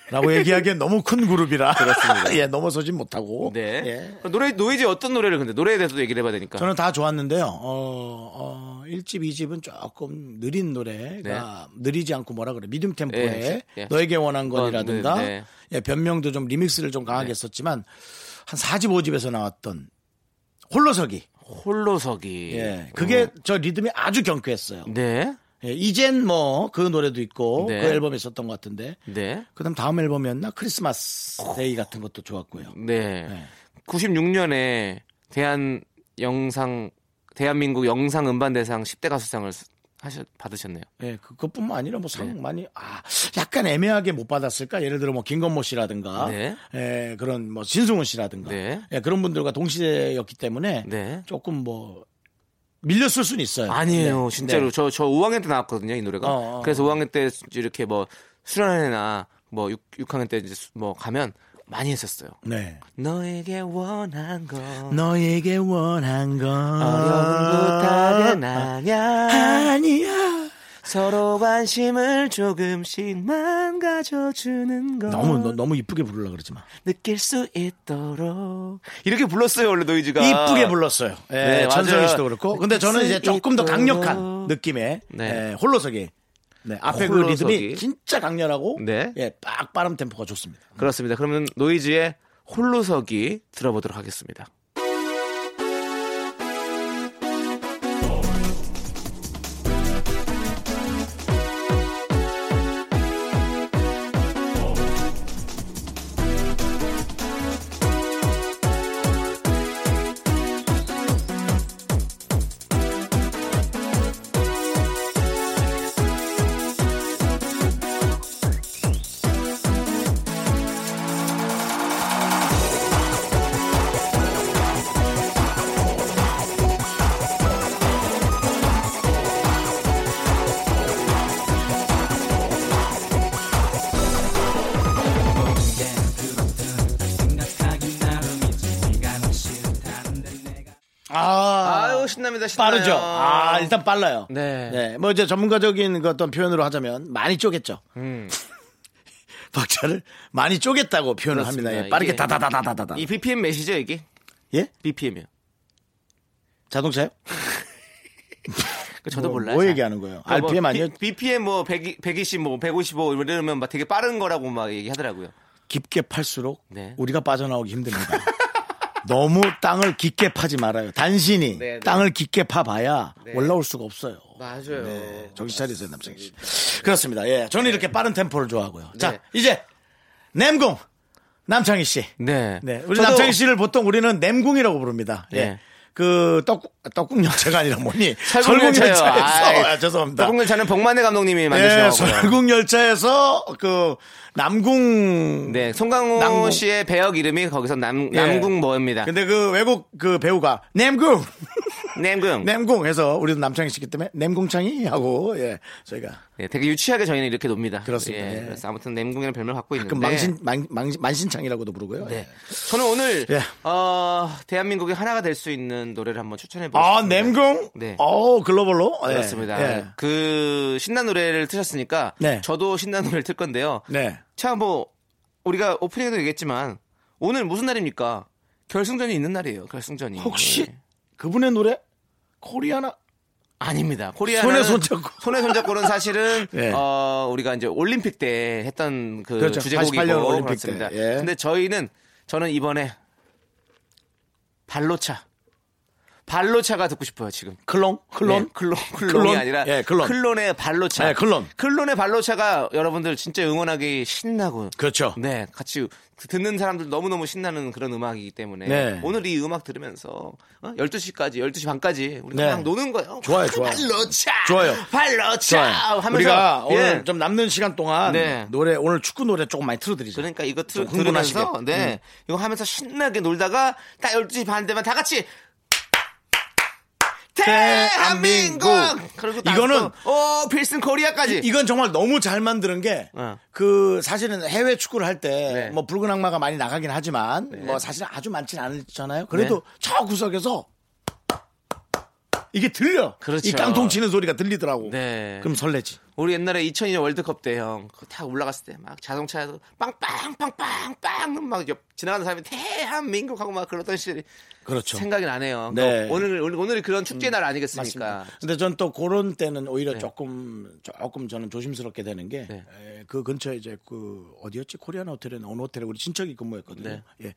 S1: 라고 얘기하기엔 너무 큰 그룹이라. 그렇습니다. 예, 넘어서진 못하고.
S2: 네.
S1: 예.
S2: 그럼 노래 노이즈 어떤 노래를 근데 노래에 대해서도 얘기를 해봐야 되니까.
S1: 저는 다 좋았는데요. 어, 어, 1집, 2집은 조금 느린 노래가 느리지 않고 뭐라 그래. 미디움 템포에
S2: 네. 예, 예.
S1: 너에게 원한 건이라든가
S2: 어, 네, 네.
S1: 예, 변명도 좀 리믹스를 좀 강하게 했었지만 한 4집, 5집에서 나왔던 홀로서기.
S2: 홀로서기.
S1: 예. 그게 저 리듬이 아주 경쾌했어요.
S2: 어. 네.
S1: 예, 이젠 뭐 그 노래도 있고
S2: 네.
S1: 그 앨범에 있었던 것 같은데
S2: 네.
S1: 그다음 다음 앨범이었나 크리스마스 데이 같은 것도 좋았고요.
S2: 네.
S1: 네.
S2: 96년에 대한 영상 대한민국 영상 음반 대상 10대 가수상을 수- 하셨 받으셨네요.
S1: 예, 그것뿐만 아니라
S2: 네.
S1: 뭐 상 많이 아 약간 애매하게 못 받았을까? 예를 들어 뭐 김건모 씨라든가,
S2: 네.
S1: 예, 그런 뭐 신승훈 씨라든가,
S2: 네.
S1: 예, 그런 분들과 동시대였기 때문에
S2: 네.
S1: 조금 뭐 밀렸을 수는 있어요.
S2: 아니에요.
S1: 네.
S2: 진짜로
S1: 네.
S2: 저 저 5학년 때 나왔거든요, 이 노래가.
S1: 어, 어.
S2: 그래서 5학년 때 이렇게 뭐 수련회나 뭐 6, 학년때 이제 수- 뭐 가면 많이 했었어요.
S1: 네.
S2: 너에게 원한 거
S1: 너에게 원한 건
S2: 어려운 부탁은 아냐
S1: 아니야.
S2: 서로 관심을 조금씩만 가져주는 거
S1: 너무 너, 너무 이쁘게 부르려 그러지 마.
S2: 느낄 수 있도록 이렇게 불렀어요 원래 노이즈가
S1: 이쁘게 불렀어요. 예,
S2: 그러니까. 네, 맞아요.
S1: 전성희 씨도 그렇고. 근데 저는 이제 조금 더 강력한
S2: 있도록.
S1: 느낌의
S2: 네.
S1: 예, 홀로서기. 네, 앞에
S2: 홀로서기.
S1: 그 리듬이 진짜 강렬하고
S2: 네.
S1: 예, 빡 빠름 템포가 좋습니다.
S2: 그렇습니다 그러면 노이즈의 홀로서기 들어보도록 하겠습니다
S1: 아,
S2: 아유 신납니다 신나요
S1: 빠르죠. 아, 일단 빨라요.
S2: 네.
S1: 뭐 이제 전문가적인 그 어떤 표현으로 하자면 많이 쪼갰죠.
S2: 음.
S1: 박자를 많이 쪼갰다고 표현을
S2: 그렇습니다.
S1: 합니다. 예, 빠르게
S2: 이게-
S1: 다다다다다다다.
S2: 이 BPM 몇이죠 이게?
S1: 예?
S2: BPM이요
S1: 자동차요?
S2: 저도
S1: 뭐,
S2: 몰라요
S1: 뭐
S2: 잘.
S1: 얘기하는 거예요?
S2: 그러니까 뭐
S1: RPM 아니요?
S2: B- BPM 뭐 100, 120, 뭐 155 이러면 막 되게 빠른 거라고 막 얘기하더라고요.
S1: 깊게 팔수록
S2: 네.
S1: 우리가 빠져나오기 힘듭니다. 너무 땅을 깊게 파지 말아요. 단신이
S2: 네, 네.
S1: 땅을 깊게 파봐야 올라올 수가 없어요.
S2: 맞아요.
S1: 네, 정신 차리세요, 남창희 씨. 그렇습니다. 예, 저는
S2: 네.
S1: 이렇게 빠른 템포를 좋아하고요. 자, 이제 냄공 남창희 씨.
S2: 네.
S1: 네, 우리
S2: 저도-
S1: 남창희 씨를 보통 우리는 냄궁이라고 부릅니다. 예.
S2: 네.
S1: 그 떡국 떡국 연차가 아니라 뭐니
S2: 설국열차요.
S1: 설국열차에서
S2: 아, 네,
S1: 아, 죄송합니다.
S2: 설국열차는 복만의 감독님이
S1: 예,
S2: 만드신 거고요.
S1: 설국열차에서 그 남궁
S2: 네, 송강호
S1: 남궁.
S2: 씨의 배역 이름이 거기서 남
S1: 예.
S2: 남궁 뭐입니다.
S1: 근데 그 외국 그 배우가 냄궁
S2: 남궁.
S1: 냄궁 해서 우리도 남창희 씨기 때문에 냄궁창이 하고 예 저희가
S2: 네, 되게 유치하게 저희는 이렇게 놉니다.
S1: 그렇습니다.
S2: 예,
S1: 예.
S2: 그래서 아무튼 남궁이라는 별명 을 갖고 있는데.
S1: 가끔 그 망신 망, 망신 만신창이라고도 부르고요.
S2: 네.
S1: 예.
S2: 저는 오늘
S1: 예.
S2: 어, 대한민국이 하나가 될 수 있는 노래를 한번 추천해 보겠습니다.
S1: 아 냄궁
S2: 네.
S1: 어 글로벌로 예.
S2: 그렇습니다.
S1: 예.
S2: 그 신난 노래를 트셨으니까
S1: 네.
S2: 저도 신난 노래를 틀 건데요.
S1: 네.
S2: 참 뭐 우리가 오프닝에도 얘기했지만 오늘 무슨 날입니까? 결승전이 있는 날이에요. 결승전이.
S1: 혹시
S2: 예.
S1: 그분의 노래 코리아나
S2: 아닙니다. 코리아
S1: 손에 손잡고.
S2: 손에 손잡고는 사실은
S1: 예.
S2: 어, 우리가 이제 올림픽 때 했던 그
S1: 그렇죠.
S2: 주제곡이고
S1: 88년 올림픽
S2: 그렇습니다.
S1: 때, 예.
S2: 근데 저희는 저는 이번에 발로차 발로차가 듣고 싶어요 지금.
S1: 클론? 클론?
S2: 네, 클론 클론이
S1: 클론?
S2: 아니라
S1: 예, 클론.
S2: 의 발로차.
S1: 예, 클론.
S2: 클론의 발로차가 여러분들 진짜 응원하기 신나고
S1: 그렇죠.
S2: 네, 같이 듣는 사람들 너무너무 신나는 그런 음악이기 때문에
S1: 네.
S2: 오늘 이 음악 들으면서 어? 12시까지, 12시 반까지 우리
S1: 네.
S2: 그냥 노는 거예요.
S1: 좋아요, 좋아요.
S2: 발로차!
S1: 좋아요.
S2: 발로차!
S1: 자,
S2: 하면서
S1: 우리가
S2: 예.
S1: 오늘 좀 남는 시간 동안
S2: 네.
S1: 노래 오늘 축구 노래 조금 많이 틀어드리죠.
S2: 그러니까 이거
S1: 좀
S2: 틀,
S1: 흥분하시게. 음.
S2: 들으면서 네. 이거 하면서 신나게 놀다가 딱 12시 반 되면 다 같이 대한민국! 그리고
S1: 이거는-
S2: 이거는 오 필승 코리아까지
S1: 이건 정말 너무 잘 만드는 게,
S2: 어.
S1: 그, 사실은 해외 축구를 할 때,
S2: 네.
S1: 뭐, 붉은 악마가 많이 나가긴 하지만, 뭐, 사실은 아주 많진 않잖아요. 그래도
S2: 네.
S1: 저 구석에서, 이게 들려.
S2: 그렇죠.
S1: 이 깡통 치는 소리가 들리더라고.
S2: 네.
S1: 그럼 설레지.
S2: 우리 옛날에 2002년 월드컵 때 형 다 올라갔을 때 막 자동차에서 빵빵빵빵빵 막 옆- 지나가는 사람이 대한민국 하고 막 그러던 시절이
S1: 그렇죠.
S2: 생각이 나네요.
S1: 네.
S2: 또 오늘 오늘 오늘이 그런 축제 의날 아니겠습니까?
S1: 맞습니다. 근데 전 또 그런 때는 오히려 조금 조금 저는 조심스럽게 되는 게 그
S2: 네.
S1: 근처에 이제 그 어디였지 코리안 호텔에 어느 호텔에 우리 친척이 근무했거든요.
S2: 네.
S1: 예.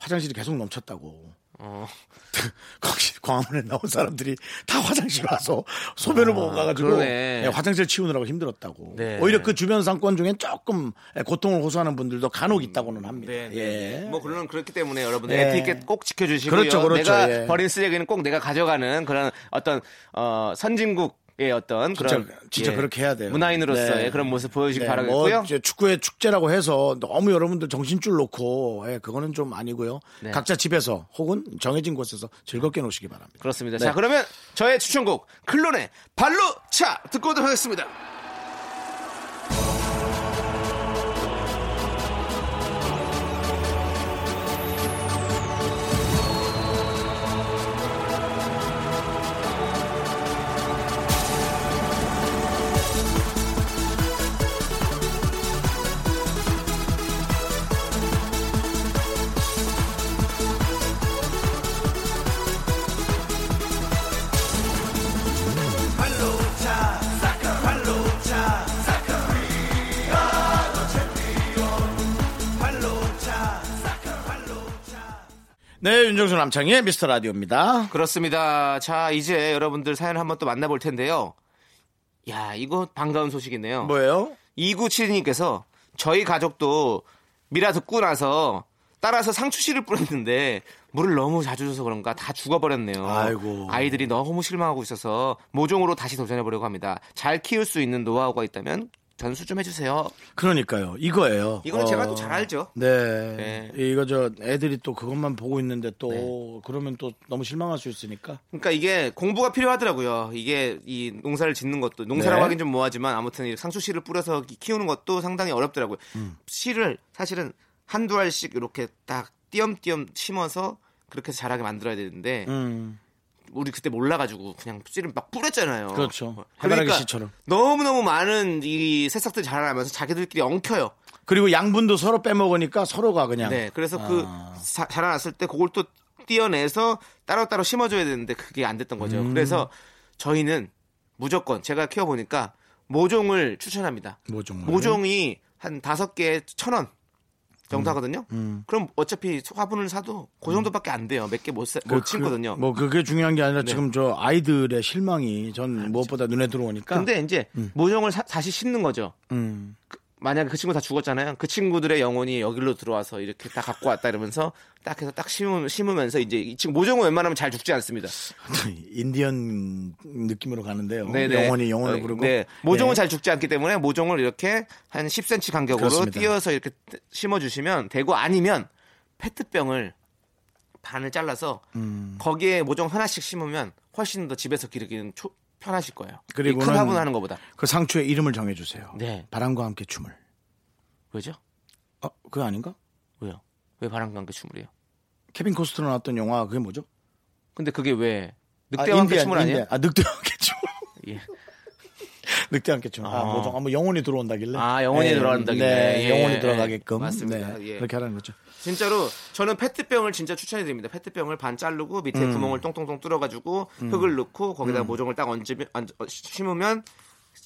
S1: 화장실이 계속 넘쳤다고.
S2: 어.
S1: 거기 광화문에 나온 사람들이 다 화장실 와서 소변을 보고 가가지고
S2: 아, 그러네.
S1: 예, 화장실 치우느라고 힘들었다고.
S2: 네.
S1: 오히려 그 주변 상권 중에 조금 고통을 호소하는 분들도 간혹 있다고는 합니다. 예.
S2: 음. 뭐 물론 그렇기 때문에 여러분들
S1: 예.
S2: 에티켓 꼭 지켜주시고요.
S1: 그렇죠, 그렇죠.
S2: 내가
S1: 예.
S2: 버린 쓰레기는 꼭 내가 가져가는 그런 어떤 어, 선진국의 어떤 그런 예,
S1: 진짜- 진짜 그렇게 해야 돼요.
S2: 문화인으로서의 예,
S1: 네.
S2: 그런 모습 보여주시기
S1: 네,
S2: 바라겠고요.
S1: 뭐 이제 축구의 축제라고 해서 너무 여러분들 정신줄 놓고 예, 그거는 좀 아니고요.
S2: 네.
S1: 각자 집에서 혹은 정해진 곳에서 즐겁게 노시기 바랍니다.
S2: 그렇습니다.
S1: 네.
S2: 자, 그러면 저의 추천곡 클론의 발로 차 듣고 오도록 하겠습니다.
S1: 네, 윤정수 남창의 미스터 라디오입니다.
S2: 그렇습니다. 자, 이제 여러분들 사연 한번 또 만나볼 텐데요. 야, 이거 반가운 소식이네요.
S1: 뭐예요?
S2: 2972님께서 저희 가족도 미라 듣고 나서 따라서 상추씨를 뿌렸는데 물을 너무 자주 줘서 그런가 다 죽어버렸네요.
S1: 아이고.
S2: 이들이 너무 실망하고 있어서 모종으로 다시 도전해보려고 합니다. 잘 키울 수 있는 노하우가 있다면 전수 좀 해주세요.
S1: 그러니까요. 이거예요. 어.
S2: 이거는 제가 또 잘 알죠.
S1: 네. 네.
S2: 네.
S1: 이거 저 애들이 또 그것만 보고 있는데 또 그러면 또 너무 실망할 수 있으니까.
S2: 그러니까 이게 공부가 필요하더라고요. 이게 이 농사를 짓는 것도 농사라고
S1: 네.
S2: 하긴 좀 뭐하지만 아무튼 이 상추 씨를 뿌려서 기- 키우는 것도 상당히 어렵더라고요.
S1: 음.
S2: 씨를 사실은 한두 알씩 이렇게 딱 띄엄띄엄 심어서 그렇게 해서 자라게 만들어야 되는데
S1: 음.
S2: 우리 그때 몰라가지고 그냥 씨를 막 뿌렸잖아요.
S1: 그렇죠.
S2: 어,
S1: 해바라기 씨처럼.
S2: 너무 너무 많은 이 새싹들이 자라나면서 자기들끼리 엉켜요.
S1: 그리고 양분도 서로 빼먹으니까 서로가 그냥
S2: 네, 그래서 그
S1: 아.
S2: 사- 자라났을 때 그걸 또 띄어내서 따로따로 심어줘야 되는데 그게 안 됐던 거죠.
S1: 음.
S2: 그래서 저희는 무조건 제가 키워보니까 모종을 추천합니다.
S1: 모종을.
S2: 이한 다섯 개에 천 원.
S1: 음.
S2: 정도 하거든요. 그럼 어차피 화분을 사도 그 정도밖에 안 돼요. 몇 개 못 사- 못 심거든요.
S1: 뭐 그게 중요한 게 아니라 지금 저 아이들의 실망이 전 무엇보다 눈에 들어오니까.
S2: 근데 이제 모종을 사- 다시 심는 거죠.
S1: 음.
S2: 만약에 그 친구 다 죽었잖아요. 그 친구들의 영혼이 여기로 들어와서 이렇게 다 갖고 왔다 이러면서 딱 해서 딱 심으, 심으면서 이제 이 친구 모종은 웬만하면 잘 죽지 않습니다.
S1: 인디언 느낌으로 가는데요.
S2: 네네.
S1: 영혼이 영혼을
S2: 어,
S1: 부르고.
S2: 네. 모종은
S1: 예.
S2: 잘 죽지 않기 때문에 모종을 이렇게 한 10cm 간격으로
S1: 그렇습니다.
S2: 띄어서 이렇게 심어주시면 되고 아니면 페트병을 반을 잘라서
S1: 음.
S2: 거기에 모종 하나씩 심으면 훨씬 더 집에서 기르기는 초- 편하실 거예요.
S1: 그리고는-
S2: 이큰 화분 하는 것보다.
S1: 그 상추의 이름을 정해주세요.
S2: 네.
S1: 바람과 함께 춤을.
S2: 왜죠?
S1: 어, 그거 아닌가?
S2: 왜요? 왜 바람과 함께 춤을 해요?
S1: 케빈 코스트로 나왔던 영화 그게 뭐죠?
S2: 근데 그게 왜
S1: 아,
S2: 늑대와 함께
S1: 인디언,
S2: 춤을 아니에요?
S1: 인디언. 아 늑대와 함께 춤.
S2: 예.
S1: 늑대 안겠죠. 아,
S2: 아.
S1: 뭐죠? 아, 뭐 영혼이 들어온다길래.
S2: 아, 영혼이 들어간다길래.
S1: 네,
S2: 예.
S1: 영혼이 들어가게끔.
S2: 맞습니다.
S1: 네,
S2: 예.
S1: 그렇게 하라는 거죠.
S2: 진짜로 저는 페트병을 진짜 추천해드립니다. 페트병을 반 자르고 밑에
S1: 음.
S2: 구멍을 똥똥똥 뚫어가지고 흙을 넣고 거기다 모종을 딱 얹으면 얹- 어, 심으면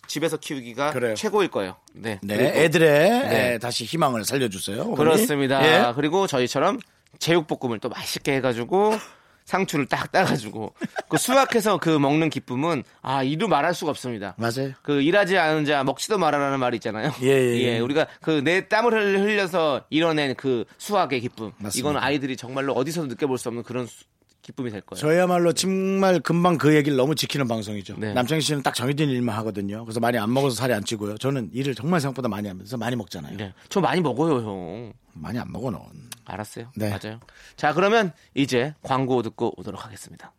S2: 집에서 키우기가
S1: 그래요.
S2: 최고일 거예요. 네.
S1: 네,
S2: 그리고-
S1: 애들의
S2: 네.
S1: 에, 다시 희망을 살려주세요. 어머니.
S2: 그렇습니다.
S1: 예.
S2: 그리고 저희처럼 제육볶음을 또 맛있게 해가지고 상추를 딱 따가지고 그 수확해서 그 먹는 기쁨은 아 이루 말할 수가 없습니다.
S1: 맞아요.
S2: 그 일하지 않은 자 먹지도 말아라는 말이 있잖아요.
S1: 예, 예, 예.
S2: 우리가 그 내 땀을 흘- 흘려서 이뤄낸 그 수학의 기쁨.
S1: 맞습니다.
S2: 이건 아이들이 정말로 어디서도 느껴볼 수 없는 그런 수- 기쁨이 될 거예요.
S1: 저야말로 정말 금방 그 얘기를 너무 지키는 방송이죠.
S2: 네.
S1: 남창희 씨는 딱 정해진 일만 하거든요. 그래서 많이 안 먹어서 살이 안 찌고요. 저는 일을 정말 생각보다 많이 하면서 많이 먹잖아요.
S2: 네. 저 많이 먹어요, 형.
S1: 많이 안 먹어 넌.
S2: 알았어요.
S1: 네.
S2: 맞아요. 자, 그러면 이제 광고 듣고 오도록 하겠습니다.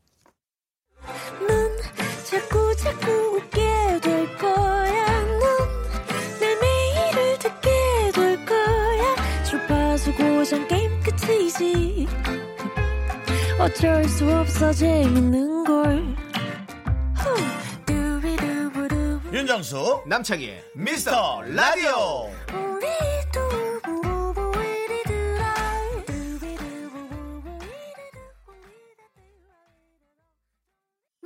S4: 넌 자꾸 자꾸 웃게 될 거야. 넌내 매일을 듣게 될 거야. 주파수 고정 게임 끝이지. 어쩔 수 없어 재밌는 걸. 후. 두비두부두.
S1: 윤정수
S2: 남창희의
S1: 미스터 라디오.
S4: 우리 두부부부 우리들아. 두비두부부부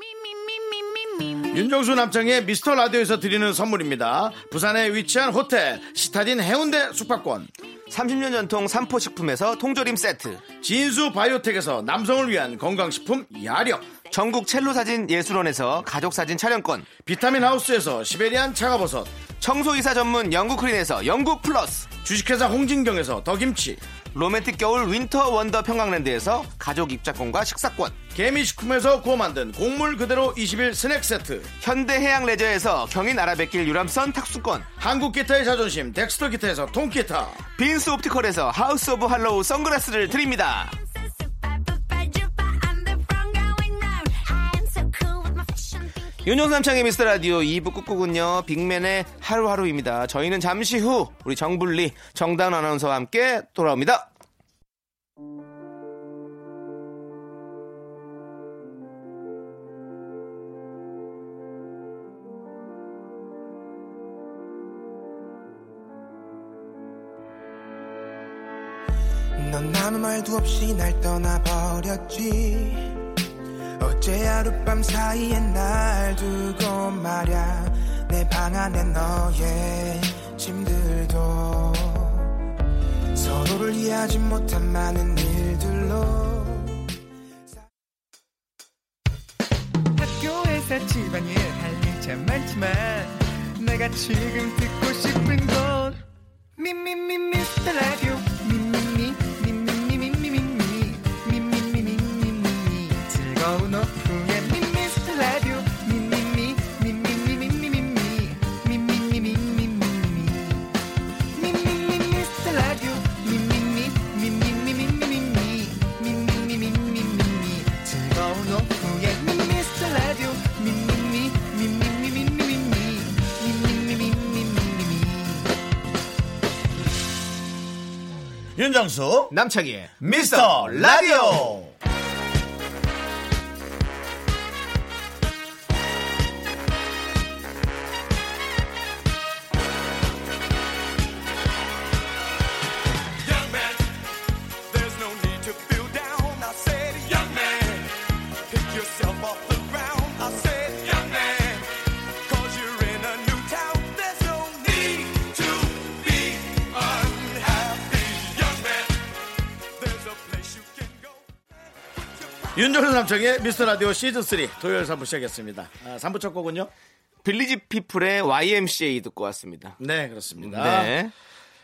S4: 우리들아.
S1: 윤정수 남창의 미스터 라디오에서 드리는 선물입니다. 부산에 위치한 호텔 시타딘 해운대 숙박권.
S2: 30년 전통 삼포식품에서 통조림 세트.
S1: 진수 바이오텍에서 남성을 위한 건강식품 야력.
S2: 전국 첼로 사진 예술원에서 가족 사진 촬영권.
S1: 비타민 하우스에서 시베리안 차가버섯.
S2: 청소이사 전문 영국 크린에서 영국 플러스.
S1: 주식회사 홍진경에서 더김치.
S2: 로맨틱 겨울 윈터 원더 평강랜드에서 가족 입자권과 식사권.
S1: 개미식품에서 구워 만든 곡물 그대로 21 스낵 세트.
S2: 현대해양 레저에서 경인 아라뱃길 유람선 탁수권
S1: 한국 기타의 자존심 덱스터 기타에서 통기타.
S2: 빈스 옵티컬에서 하우스 오브 할로우 선글라스를 드립니다 윤종삼창의 미스터라디오 2부 끝곡은요 빅맨의 하루하루입니다 저희는 잠시 후 우리 정불리 정다은 아나운서와 함께 돌아옵니다
S5: 넌 아무 말도 없이 날 떠나버렸지 어제 하룻밤 사이에 날 두고 말야 내 방 안에 너의 짐들도 서로를 이해하지 못한 많은 일들로
S8: 학교에서 집안일 할 일 참 많지만 내가 지금 듣고 싶은 건 미미미 미스터 라디오 미미미 미미미 미미미 미미미 미미미 즐거운 오후에 미스터 라디오 미미미 미미미 미미미 미미미 미미미
S1: 윤정수
S2: 남창희의
S1: 미스터 라디오. 윤정수 남창의 미스터 라디오 시즌 3 토요일 3부 시작했습니다. 아, 3부 첫 곡은요?
S2: 빌리지 피플의 YMCA 듣고 왔습니다
S1: 네 그렇습니다.
S2: 네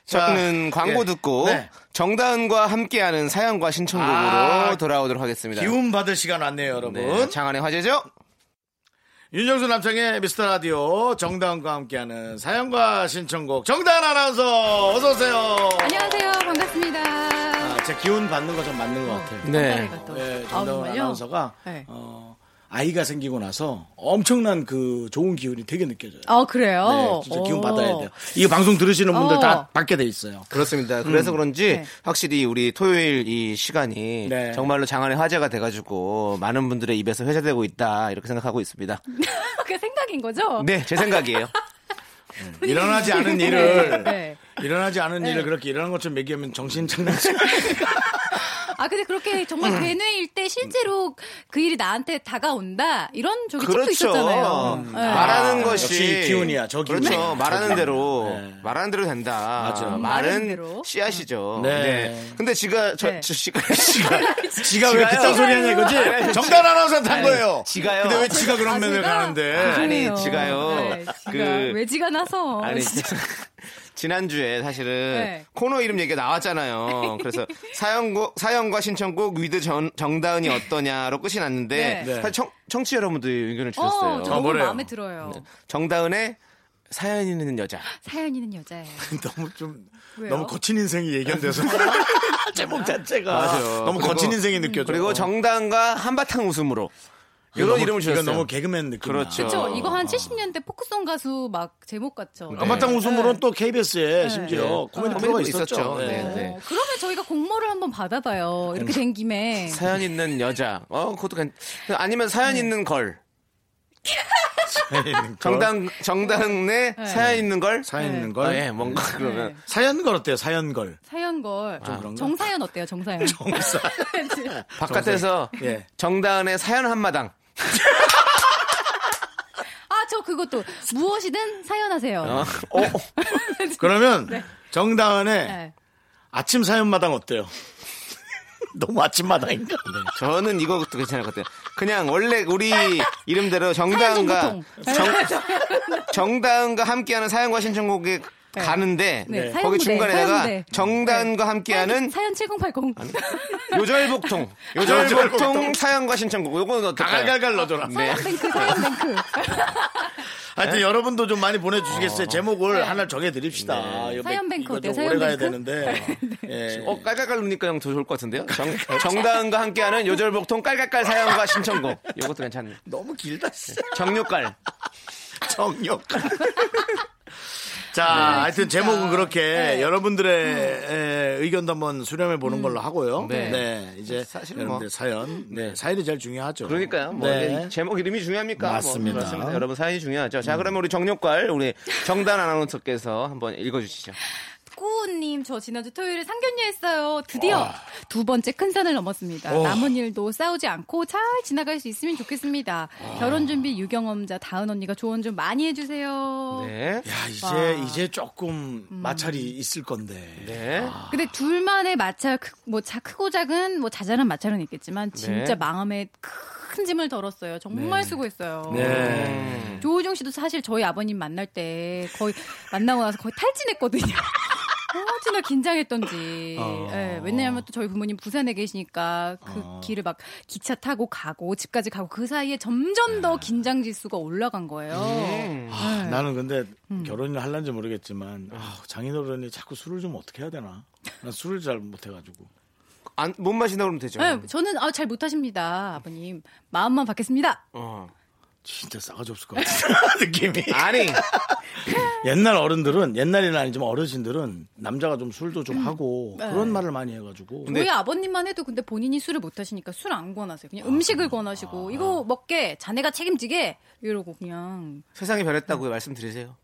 S1: 자,
S2: 저는 광고
S1: 예.
S2: 듣고
S1: 네.
S2: 정다은과 함께하는 사연과 신청곡으로
S1: 아,
S2: 돌아오도록 하겠습니다
S1: 기운 받을 시간 왔네요 여러분.
S2: 네, 장안의 화제죠
S1: 윤정수 남창의 미스터 라디오 정다은과 함께하는 사연과 신청곡 정다은 아나운서 어서 오세요.
S9: 안녕하세요. 반갑습니다.
S1: 아, 제 기운 받는 거 좀 맞는 것 같아요.
S9: 네. 또.
S1: 예,
S9: 아,
S1: 정다은
S9: 정말요?
S1: 아나운서가
S9: 네.
S1: 어, 아이가 생기고 나서 엄청난 그 좋은 기운이 되게 느껴져요.
S9: 아, 그래요?
S1: 네, 진짜 기운
S9: 어.
S1: 받아야 돼요. 이 방송 들으시는 분들
S9: 어.
S1: 다 받게 돼 있어요.
S2: 그렇습니다. 그래서 그런지
S9: 네.
S2: 확실히 우리 토요일 이 시간이
S1: 네.
S2: 정말로 장안의 화제가 돼가지고 많은 분들의 입에서 회자되고 있다 이렇게 생각하고 있습니다.
S9: 그게 생각인 거죠?
S2: 네, 제 생각이에요.
S1: 일어나지 않은 일을
S9: 네.
S1: 일어나지 않은 일을 그렇게 일어난 것처럼 얘기하면 정신 장난치.
S9: 아, 근데 그렇게
S1: 음.
S9: 정말 괴뇌일 때 실제로 그 일이 나한테 다가온다? 이런 적이
S2: 그렇죠.
S9: 도 아, 있었잖아요. 네.
S2: 말하는
S1: 아,
S2: 것이
S1: 역시 이 기운이야, 저 기운.
S2: 그렇죠. 말하는
S1: 저기.
S2: 대로
S1: 네.
S2: 말하는 대로 된다.
S1: 맞아.
S2: 말은
S9: 말하는 대로.
S2: 씨앗이죠.
S1: 네.
S2: 네. 근데 지가 저,
S9: 네.
S2: 저 씨가 씨가
S1: 지가 왜 그딴 소리 하냐 이거지? 정단 아나운서 탄 거예요.
S2: 지가요.
S1: 근데 왜 지가 그런
S9: 아,
S1: 면을
S9: 제가?
S1: 가는데?
S9: 죄송해요.
S2: 아니, 지가요.
S9: 네, 지가
S2: 그-
S9: 외지가 나서.
S2: 아니 지난주에 사실은
S9: 어, 네.
S2: 코너 이름 얘기가 나왔잖아요. 그래서 사연곡, 사연과 신청곡 위드 전- 정다은이 어떠냐로 끝이 났는데
S9: 네.
S1: 네.
S2: 사실 청, 청취 여러분들이 의견을 주셨어요.
S9: 어, 저 너무
S1: 뭐래요? 네.
S9: 마음에 들어요.
S2: 정다은의 사연 있는 여자.
S9: 사연이는 여자예요.
S1: 너무 좀
S9: 왜요?
S1: 너무 거친 인생이 예견돼서 제목 자체가
S2: 맞아요.
S1: 너무
S2: 그리고-
S1: 거친 인생이 느껴져.
S2: 그리고 정다은과 한바탕 웃음으로 이런
S1: 너무-
S2: 이름을 주셨어요.
S1: 이건 너무 개그맨 느낌.
S2: 그렇죠.
S9: 그쵸? 이거 한 70년대 포크송 가수 막 제목 같죠? 어,
S2: 네.
S1: 아. 아마땅 웃음으로는 또 KBS에 심지어
S2: 네.
S1: 코미디
S2: 아,
S1: 프로가
S2: 코미디
S1: 있었죠.
S2: 있었죠.
S1: 네.
S2: 네.
S9: 어, 그러면 저희가 공모를 한번 받아봐요. 이렇게 된 김에.
S2: 사연 있는 여자. 어, 그것도 괜 아니면
S9: 네.
S2: 사연 있는 걸. 정당 정당내
S9: 네.
S2: 사연 있는 걸.
S1: 사연 있는
S2: 어,
S1: 걸.
S2: 예, 뭔가 그러면
S1: 사연 걸 어때요? 사연 걸.
S9: 사연걸.
S1: 아, 그런가?
S9: 정사연 어때요, 정사연?
S1: 검사.
S2: 바깥에서
S1: 예.
S2: 정다은의 사연 한마당.
S9: 아, 저 그것도 무엇이든 사연하세요.
S2: 어.
S1: 어? 그러면 정다은의
S9: 네.
S1: 아침 사연마당 어때요? 너무 아침마당인가?
S2: 네. 저는 이것도 괜찮을 것 같아요. 그냥 원래 우리 이름대로
S9: 사연
S2: 정다은과
S9: 정보통. 네.
S2: 정, 정다은과 함께하는 사연과 신청곡에 가는데
S9: 네,
S2: 거기
S9: 사연부대,
S2: 중간에 내가
S9: 사연부대.
S2: 정다은과 함께하는
S9: 사연 7080. 네.
S2: 요절복통, 요절복통 사연과 신청곡 요거는 네. 어떨까요?
S1: 갈갈갈 넣어줘라.
S9: 사연뱅크, 사연뱅크.
S2: 네.
S1: 하여튼 여러분도 좀 많이
S2: 아.
S1: 보내주시겠어요. 제목을 하나
S2: 네.
S1: 정해드립시다. 이거
S9: 네. 사연 뱅크
S1: 이거 좀
S9: 어때요? 사연
S1: 오래 가야
S9: 뱅크? 네.
S1: 되는데. 예.
S2: 어, 깔깔깔 눕니까 형 좋을 것 같은데요? 정, 정다은과 함께하는 요절복통 깔깔깔 사연과 신청곡 요것도 괜찮네.
S1: 너무 길다, 진짜.
S2: 정육깔. 네.
S1: 정력. 자, 하여튼 제목은 그렇게
S9: 네. 음.
S1: 여러분들의 에, 의견도 한번 수렴해 보는 걸로 하고요. 네.
S2: 네.
S1: 이제
S2: 사실 뭐.
S1: 여러분들 사연, 네, 사연이 제일 중요하죠.
S2: 그러니까요. 뭐
S1: 네.
S2: 제목 이름이 중요합니까? 뭐
S1: 맞습니다.
S2: 그렇습니다. 여러분 사연이 중요하죠. 자, 그러면 우리 정육괄 우리 정단 아나운서께서 한번 읽어주시죠.
S9: 꾸우님, 저 지난주 토요일에 상견례 했어요. 드디어 두 번째 큰 산을 넘었습니다. 남은 일도 싸우지 않고 잘 지나갈 수 있으면 좋겠습니다. 결혼 준비 유경험자 다은 언니가 조언 좀 많이 해주세요.
S2: 네.
S1: 야, 이제
S9: 와.
S1: 이제 조금 마찰이 있을 건데.
S2: 네.
S9: 근데 둘만의 마찰, 크- 뭐 자, 크고 작은 뭐 자잘한 마찰은 있겠지만 진짜
S2: 네.
S9: 마음에 큰 짐을 덜었어요. 정말 수고했어요.
S2: 음.
S9: 조우종 씨도 사실 저희 아버님 만날 때 거의 만나고 나서 거의 탈진했거든요. 어찌나 긴장했던지. 예, 왜냐하면 또 저희 부모님 부산에 계시니까 그 길을 막 기차 타고 가고 집까지 가고 그 사이에 점점 더 긴장 지수가 올라간 거예요.
S1: 아, 나는 근데 결혼을 할란지 모르겠지만
S2: 네.
S1: 아, 장인어른이 자꾸 술을 좀 어떻게 해야 되나? 난 술을 잘 못해가지고.
S2: 안, 못 마신다 그러면 되죠.
S9: 예, 저는 아, 잘 못하십니다, 아버님. 마음만 받겠습니다.
S2: 어.
S1: 진짜 싸가지 없을 것 같아. 느낌이.
S2: 아니,
S1: 옛날 어른들은, 옛날이나 아니지만 어르신들은 남자가 좀 술도 좀 하고 그런 말을 많이 해가지고.
S9: 저희 아버님만 해도 근데 본인이 술을 못 하시니까 술 안 권하세요. 그냥 음식을 권하시고 이거 먹게 자네가 책임지게 이러고 그냥
S2: 세상이 변했다고 말씀드리세요.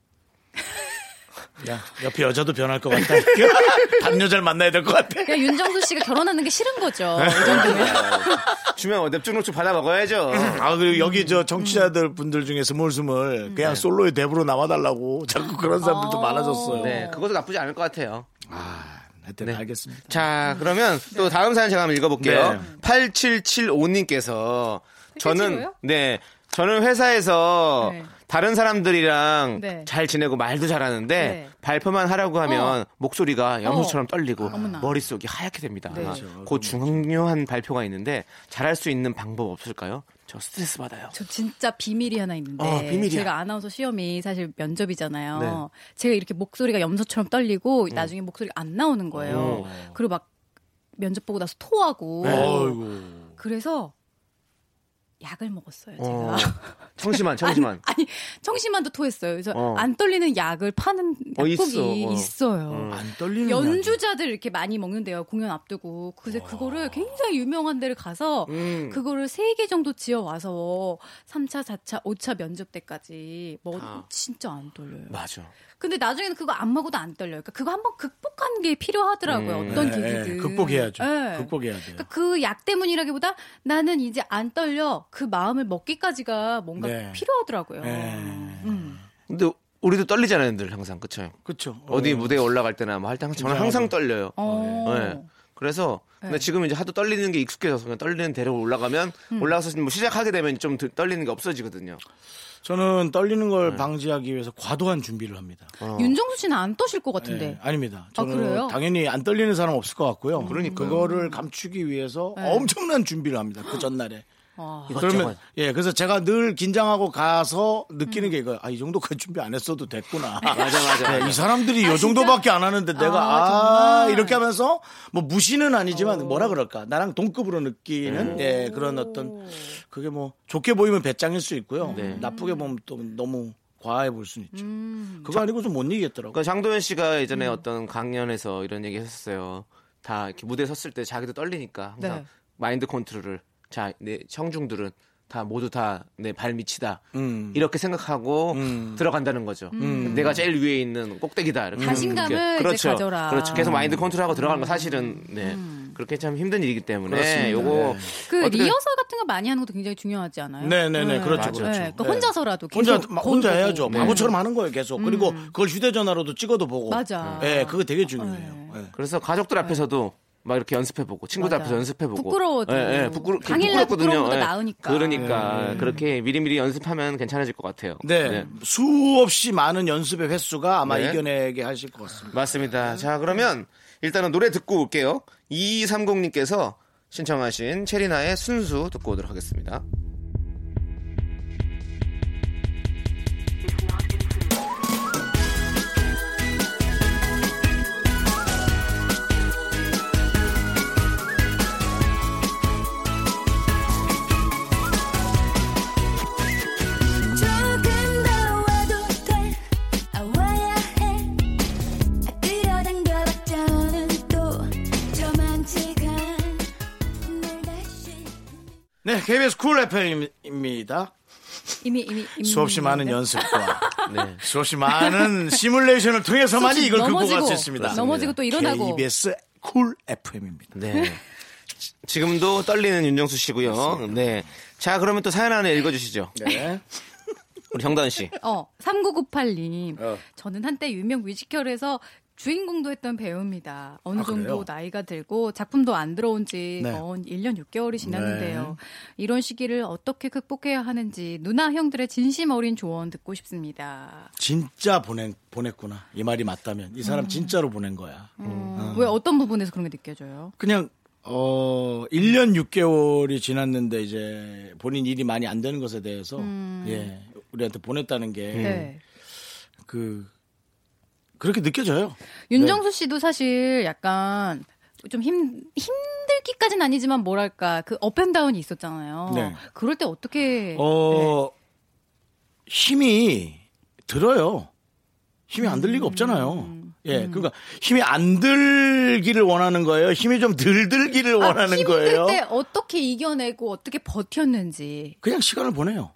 S1: 야, 옆에 여자도 변할 것 같다. 단 여자를 만나야 될 것
S2: 음.
S1: 같아.
S9: 그냥 윤정수 씨가 결혼하는 게 싫은 거죠. 이 정도면.
S2: 주면 냅중록주 받아 먹어야죠.
S1: 아, 그리고 여기 저 정치자들 분들 중에 스물스물
S2: 네.
S1: 그냥 솔로의 대부로 나와달라고 자꾸 그런 사람들도
S9: 어.
S1: 많아졌어요.
S2: 네, 그것도 나쁘지 않을 것 같아요.
S1: 아, 하여튼
S2: 네.
S1: 알겠습니다.
S2: 자, 그러면
S9: 네.
S2: 또 다음 사연 제가 한번 읽어볼게요.
S1: 네.
S9: 그
S2: 8775님께서 저는
S9: 8775요?
S2: 네 저는 회사에서
S9: 네.
S2: 다른 사람들이랑
S9: 네.
S2: 잘 지내고 말도 잘하는데
S9: 네.
S2: 발표만 하라고 하면 목소리가 염소처럼
S9: 어.
S2: 떨리고
S9: 어머나.
S2: 머릿속이 하얗게 됩니다.
S9: 네.
S2: 그 중요한 발표가 있는데 잘할 수 있는 방법 없을까요? 저 스트레스 받아요.
S9: 저 진짜 비밀이 하나 있는데
S2: 어, 비밀이야.
S9: 제가 아나운서 시험이 사실 면접이잖아요.
S2: 네. 음.
S9: 제가 이렇게 목소리가 염소처럼 떨리고 나중에 목소리가 안 나오는 거예요.
S2: 네.
S9: 그리고 막 면접 보고 나서 토하고
S1: 어이구.
S9: 그래서 약을 먹었어요. 제가.
S2: 어. 청심환, 청심환.
S9: 아니, 아니, 청심환도 토했어요. 그래서
S2: 어.
S9: 안 떨리는 약을 파는
S2: 어,
S9: 약국이
S2: 있어. 어.
S9: 있어. 요
S1: 안 떨리는
S9: 연주자들 이렇게 많이 먹는데요. 공연 앞두고. 그래서 그거를 굉장히 유명한 데를 가서
S2: 음.
S9: 그거를 세 개 정도 지어 와서 3차, 4차, 5차 면접 때까지 먹
S2: 아.
S9: 진짜 안 떨려요.
S2: 맞아.
S9: 근데 나중에는 그거 안 먹어도 안 떨려요. 그러니까 그거 한번 극복하는 게 필요하더라고요.
S2: 음.
S9: 어떤
S1: 예, 예,
S9: 계기든.
S1: 극복해야죠.
S9: 예.
S1: 극복해야 돼요.
S9: 그러니까 그 약 때문이라기보다 나는 이제 안 떨려 그 마음을 먹기까지가 뭔가
S1: 네.
S9: 필요하더라고요.
S1: 예.
S9: 음.
S2: 근데 우리도 떨리잖아요, 늘 항상. 그쵸?
S1: 그렇죠.
S2: 어디 네. 무대에 올라갈 때나 뭐할 때 항상 저는 항상 떨려요.
S9: 어.
S2: 네. 그래서 근데
S9: 네.
S2: 지금 이제 하도 떨리는 게 익숙해져서 그냥 떨리는 대로 올라가면
S9: 음.
S2: 올라가서 뭐 시작하게 되면 좀 드- 떨리는 게 없어지거든요.
S1: 저는 떨리는
S2: 네.
S1: 걸 방지하기 위해서 과도한 준비를 합니다.
S9: 윤정수 씨는 안 떠실 것 같은데.
S1: 예, 아닙니다. 저는
S9: 그래요?
S1: 당연히 안 떨리는 사람 없을 것 같고요. 그러니까 그거를 감추기 위해서
S9: 네.
S1: 엄청난 준비를 합니다. 그 전날에.
S9: 아.
S1: 그러면 예 그래서 제가 늘 긴장하고 가서 느끼는 게 이거 아이 정도까지 준비 안 했어도 됐구나
S2: 맞아, 맞아,
S1: 네,
S2: 맞아.
S1: 이 사람들이 요 정도밖에 안 하는데 내가 아, 이렇게 하면서 뭐 무시는
S9: 어.
S1: 아니지만 뭐라 그럴까 나랑 동급으로 느끼는
S2: 네.
S1: 예 그런 어떤 그게 뭐 좋게 보이면 배짱일 수 있고요
S2: 네.
S1: 나쁘게 보면 또 너무 과해 볼 수는 있죠
S9: 음.
S1: 그거 아니고 좀 못 이기겠더라고
S2: 그러니까 장도연 씨가 예전에 어떤 강연에서 이런 얘기 했었어요. 다 이렇게 무대에 섰을 때 자기도 떨리니까 항상
S9: 네.
S2: 마인드 컨트롤을 자, 내 청중들은 다 모두 다 내 발 밑이다.
S1: 음.
S2: 이렇게 생각하고 들어간다는 거죠. 그러니까 내가 제일 위에 있는 꼭대기다. 이렇게
S9: 음. 자신감을
S2: 생각해요.
S9: 이제
S2: 그렇죠.
S9: 가져라. 음.
S2: 그렇죠. 계속 마인드 컨트롤하고 들어가는 거 사실은 네. 그렇게 참 힘든 일이기 때문에
S1: 그렇습니다. 네.
S2: 요거
S9: 그
S2: 어떻게-
S9: 리허설 같은 거 많이 하는 것도 굉장히 중요하지 않아요?
S1: 네네네 그렇죠
S2: 맞아요.
S1: 그렇죠
S9: 네, 그러니까
S1: 네.
S9: 혼자서라도 계속 네.
S1: 혼자 막
S9: 거울
S1: 혼자
S9: 보고.
S1: 해야죠 바보처럼 하는 거예요 계속 그리고 그걸 휴대전화로도 찍어도 보고
S9: 음. 맞아. 네.
S1: 예 그거 되게 중요해요 예.
S2: 그래서 가족들 앞에서도 막 이렇게 연습해보고 친구들
S9: 맞아.
S2: 앞에서 연습해보고
S9: 부끄러워도.
S2: 예, 예, 부끄러
S9: 당일날
S2: 부끄럽거든요.
S9: 부끄러운 것보다
S2: 예.
S9: 나으니까.
S2: 그러니까 그렇게 미리미리 연습하면 괜찮아질 것 같아요.
S1: 네. 수없이 많은 연습의 횟수가 아마
S2: 네.
S1: 이겨내게 하실 것 같습니다.
S2: 맞습니다. 자 그러면 일단은 노래 듣고 올게요. 2230님께서 신청하신 체리나의 순수 듣고 오도록 하겠습니다.
S4: 조금 더 와도 돼 아, 와야 해 아, 끌어당겨봤자는 또 저만치가 날 다시
S1: 네, KBS 쿨 FM입니다.
S9: 이미 이미, 이미
S1: 수없이 많은 연습과
S2: 네.
S1: 수없이 많은 시뮬레이션을 통해서만이 이걸 극복할
S9: 넘어지고,
S1: 수 있습니다.
S9: 넘어지고 또 일어나고.
S1: KBS 쿨 FM입니다.
S2: 네. 지- 지금도 떨리는 윤정수 씨고요. 네. 자 그러면 또 사연 하나 읽어주시죠.
S1: 네.
S2: 우리 정다은 씨.
S9: 어, 3998님.
S1: 어.
S9: 저는 한때 유명 뮤지컬에서 주인공도 했던 배우입니다. 어느
S1: 아, 그래요?
S9: 정도 나이가 들고 작품도 안 들어온 지
S1: 네.
S9: 거의 1년 6개월이 지났는데요. 이런 시기를 어떻게 극복해야 하는지 누나 형들의 진심 어린 조언 듣고 싶습니다.
S1: 진짜 보낸, 보냈구나. 이 말이 맞다면. 이
S9: 음.
S1: 사람 진짜로 보낸 거야. 음.
S9: 어, 왜 어떤 부분에서 그런 게 느껴져요?
S1: 그냥, 어, 1년 6개월이 지났는데 이제 본인 일이 많이 안 되는 것에 대해서, 예, 우리한테 보냈다는 게,
S9: 음. 네.
S1: 그, 그렇게 느껴져요.
S9: 윤정수 씨도 사실 약간 좀 힘, 힘들기까지는 아니지만 뭐랄까 그 업앤다운이 있었잖아요.
S1: 네.
S9: 그럴 때 어떻게
S1: 어,
S9: 네.
S1: 힘이 들어요. 힘이 안
S9: 음.
S1: 들 리가 없잖아요. 예, 그러니까 힘이 안 들기를 원하는 거예요. 힘이 좀 들들기를 원하는
S9: 아, 힘들
S1: 거예요.
S9: 때 어떻게 이겨내고 어떻게 버텼는지.
S1: 그냥 시간을 보내요.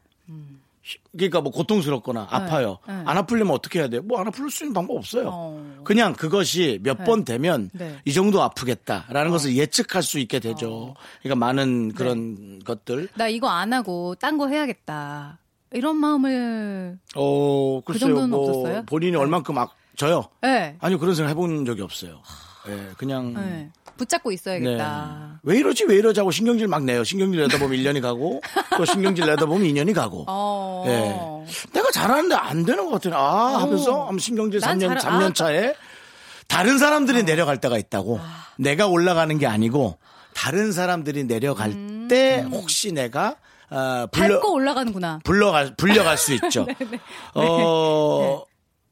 S1: 시- 그러니까 뭐 고통스럽거나 아파요.
S9: 네.
S1: 안 아플려면 어떻게 해야 돼요? 뭐 안 아플 수 있는 방법 없어요.
S9: 어.
S1: 그냥 그것이 몇 번 되면
S9: 네. 어.
S1: 이 정도 아프겠다라는 것을 예측할 수 있게 되죠. 그러니까
S9: 네.
S1: 많은 그런 것들.
S9: 나 이거 안 하고 딴 거 해야겠다. 이런 마음을
S1: 어, 글쎄요.
S9: 그 정도는
S1: 뭐
S9: 없었어요?
S1: 본인이 얼만큼 아, 저요?
S9: 예. 네.
S1: 아니요 그런 생각 해본 적이 없어요. 예, 그냥
S9: 붙잡고
S1: 네.
S9: 있어야겠다.
S1: 왜 이러지 왜 이러지 하고 신경질 막 내요. 신경질 내다 보면 1년이 가고 또 신경질 내다 보면 2년이 가고.
S9: 어.
S1: 예. 내가 잘하는데 안 되는 것 같아요. 아 하면서 아마 신경질
S9: 난
S1: 3년
S9: 잘-
S1: 3년
S9: 아. 어. 아.
S1: 차에 다른 사람들이 내려갈 때가 있다고. 내가 올라가는 게 아니고 다른 사람들이 내려갈 때 혹시 내가 아, 불러
S9: 음. 밟고 네, 올라가는구나.
S1: 불러갈 불려갈 수 있죠. 어.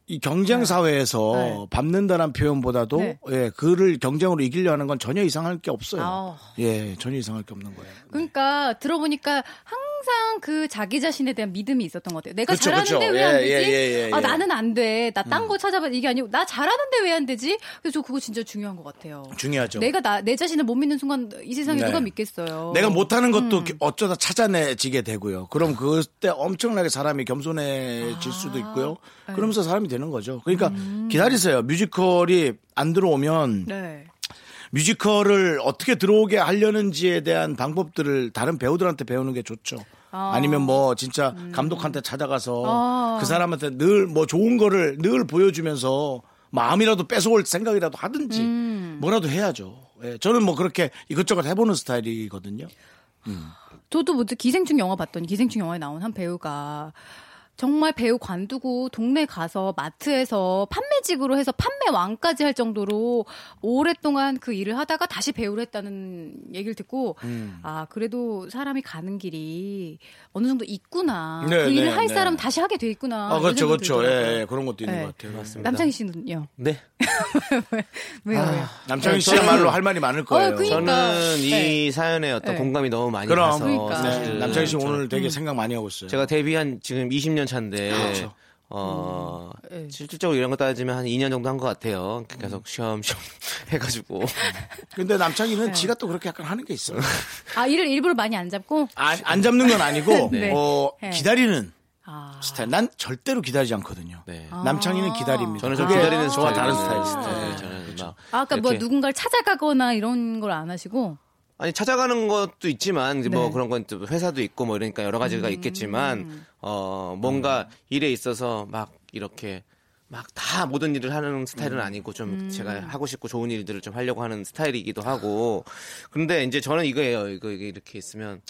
S1: 이 경쟁 사회에서
S9: 네.
S1: 밟는다는 표현보다도
S9: 네.
S1: 예, 그를 경쟁으로 이기려 하는 건 전혀 이상할 게 없어요.
S9: 아우.
S1: 예, 전혀 이상할 게 없는 거예요.
S9: 그러니까 들어보니까 항상 항상 그 자기 자신에 대한 믿음이 있었던 것 같아요. 내가
S1: 그쵸, 그쵸.
S9: 잘하는데 왜 안
S1: 예,
S9: 되지?
S1: 예, 예, 예, 음.
S9: 아
S1: 예.
S9: 나는 안 돼. 나 딴 거 찾아봐. 이게 아니고 나 잘하는데 왜 안 되지? 그래서 저 그거 진짜 중요한 것 같아요.
S1: 중요하죠.
S9: 내가 나 내 자신을 못 믿는 순간 이 세상에
S1: 네.
S9: 누가 믿겠어요.
S1: 내가 못하는 것도 어쩌다 찾아내지게 되고요. 그럼 그때 엄청나게 사람이 겸손해질
S9: 아,
S1: 수도 있고요.
S9: 네.
S1: 그러면서 사람이 되는 거죠. 그러니까 기다리세요. 뮤지컬이 안 들어오면
S9: 네.
S1: 뮤지컬을 어떻게 들어오게 하려는지에 대한 방법들을 다른 배우들한테 배우는 게 좋죠.
S9: 아. 음.
S1: 아. 니면뭐 진짜 감독한테 찾아가서
S9: 아.
S1: 그 사람한테 늘 뭐 좋은 거를 늘 보여주면서 마음이라도 뺏어올 생각이라도 하든지
S9: 음.
S1: 뭐라도 해야죠. 예, 저는 뭐 그렇게 이것저것 해보는 스타일이거든요.
S9: 저도 뭐지 기생충 영화 봤더니 기생충 영화에 나온 한 배우가 정말 배우 관두고 동네 가서 마트에서 판매직으로 해서 판매왕까지 할 정도로 오랫동안 그 일을 하다가 다시 배우를 했다는 얘기를 듣고
S1: 음.
S9: 아 그래도 사람이 가는 길이 어느 정도 있구나
S1: 네,
S9: 그 일을
S1: 네,
S9: 할
S1: 네.
S9: 사람 은 다시 하게 돼 있구나
S1: 아, 그렇죠,
S9: 이런
S1: 그렇죠.
S9: 생각이 들더라고요.
S1: 예, 예, 그런 것도 있는
S9: 네.
S1: 것 같아요.
S2: 맞습니다.
S9: 남창희 씨는요
S2: 네.
S9: 왜요
S1: 아.
S9: 왜요
S1: 남창희 씨야말로 할 말이 많을 거예요.
S9: 어, 그니- 그러니까,
S2: 저는
S9: 네.
S2: 이 사연에 어떤
S9: 네.
S2: 공감이 너무 많이
S1: 그럼
S2: 가서
S9: 그러니까. 음.
S1: 네,
S2: 사실은
S1: 남창희 씨
S2: 저는
S1: 오늘 되게 생각 많이 하고 있어요.
S2: 제가 데뷔한 지금 20년 차인데
S1: 네. 그렇죠.
S2: 어
S1: 음, 예.
S2: 실질적으로 이런 거 따지면 한 2년 정도 한 것 같아요. 그러니까 계속 시험시험 해가지고
S1: 근데 남창희는
S9: 네.
S1: 지가 또 그렇게 약간 하는 게 있어요.
S2: 네.
S9: 아 일을 일부러 많이 안 잡고
S1: 안, 안 잡는 건 아니고
S9: 네.
S1: 어,
S9: 네.
S1: 기다리는
S9: 아
S1: 스타일. 난 절대로 기다리지 않거든요.
S2: 네.
S1: 남창희는 기다립니다.
S2: 저는
S1: 음.
S2: 좀
S1: 그게
S2: 기다리는
S1: 저와
S2: 스타일이거든요.
S1: 다른 스타일이에요. 그렇죠.
S2: 네, 저는 막
S9: 아, 아까 뭐
S2: 이렇게
S9: 누군가를 찾아가거나 이런 걸 안 하시고
S2: 아니 찾아가는 것도 있지만 이제
S9: 네.
S2: 뭐 그런 건 또 회사도 있고 뭐 이러니까 여러 가지가 있겠지만 어 뭔가 일에 있어서 막 이렇게 막 다 모든 일을 하는 스타일은 아니고 좀 제가 하고 싶고 좋은 일들을 좀 하려고 하는 스타일이기도 하고 그런데 이제 저는 이거예요 이거 이게 이렇게 있으면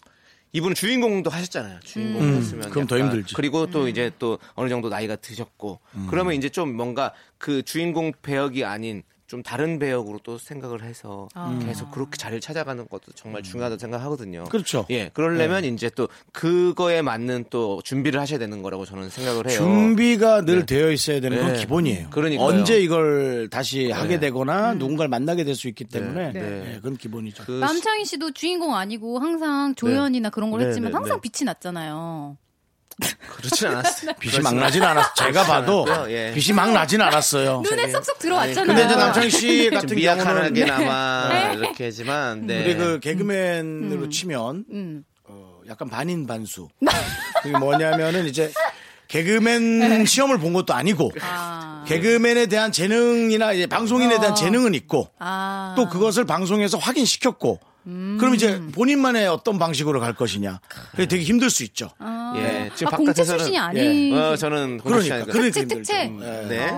S2: 이분 은 주인공도 하셨잖아요 주인공 했으면
S1: 그럼 더
S2: 약간
S1: 힘들지.
S2: 그리고 또 이제 또 어느 정도 나이가 드셨고 그러면 이제 좀 뭔가 그 주인공 배역이 아닌 좀 다른 배역으로 또 생각을 해서 계속 그렇게 자리를 찾아가는 것도 정말 중요하다고 생각하거든요.
S1: 그렇죠.
S2: 예, 그러려면 이제 또 그거에 맞는 또 준비를 하셔야 되는 거라고 저는 생각을 해요.
S1: 준비가 늘 되어 있어야 되는 건
S2: 네.
S1: 기본이에요.
S2: 그러니까요. 네.
S1: 언제 이걸 다시 하게
S9: 음.
S1: 되거나 누군가를 만나게 될 수 있기 때문에
S9: 네.
S1: 네, 그건 기본이죠.
S2: 그 시-
S9: 남창희 씨도 주인공 아니고 항상 조연이나 그런 걸
S2: 네,
S9: 했지만
S2: 네, 네.
S9: 항상 빛이 났잖아요.
S2: 그렇진 않았어요.
S1: 빛이 막 나진 않았어요. 제가 봐도
S2: 않았고요. 예.
S1: 빛이 막 나진 않았어요.
S9: 눈에 쏙쏙 들어왔잖아요.
S1: 근데 이제 남창희 씨
S2: 좀
S1: 같은 경우는
S2: 미약하게나마 이렇게 하지만 네.
S1: 우리 그 개그맨으로 치면
S9: 음. 네.
S1: 어, 약간 반인 반수. 그게 뭐냐면은 이제 개그맨 시험을 본 것도 아니고
S9: 네. 아, 어.
S1: 개그맨에 대한 재능이나 이제 방송인에 대한 재능은 있고
S9: 아. 음.
S1: 또 그것을 방송에서 확인시켰고 그럼 이제 본인만의 어떤 방식으로 갈 것이냐 그게 되게 힘들 수 있죠.
S9: 아.
S2: 예, 지금
S9: 아, 공채
S2: 바깥에서는-
S9: 출신이 아니.
S1: 예.
S2: 어, 저는
S1: 그러니까
S2: 공식하니까.
S1: 그게
S9: 특채,
S1: 힘들죠.
S9: 특채.
S1: 예.
S2: 네.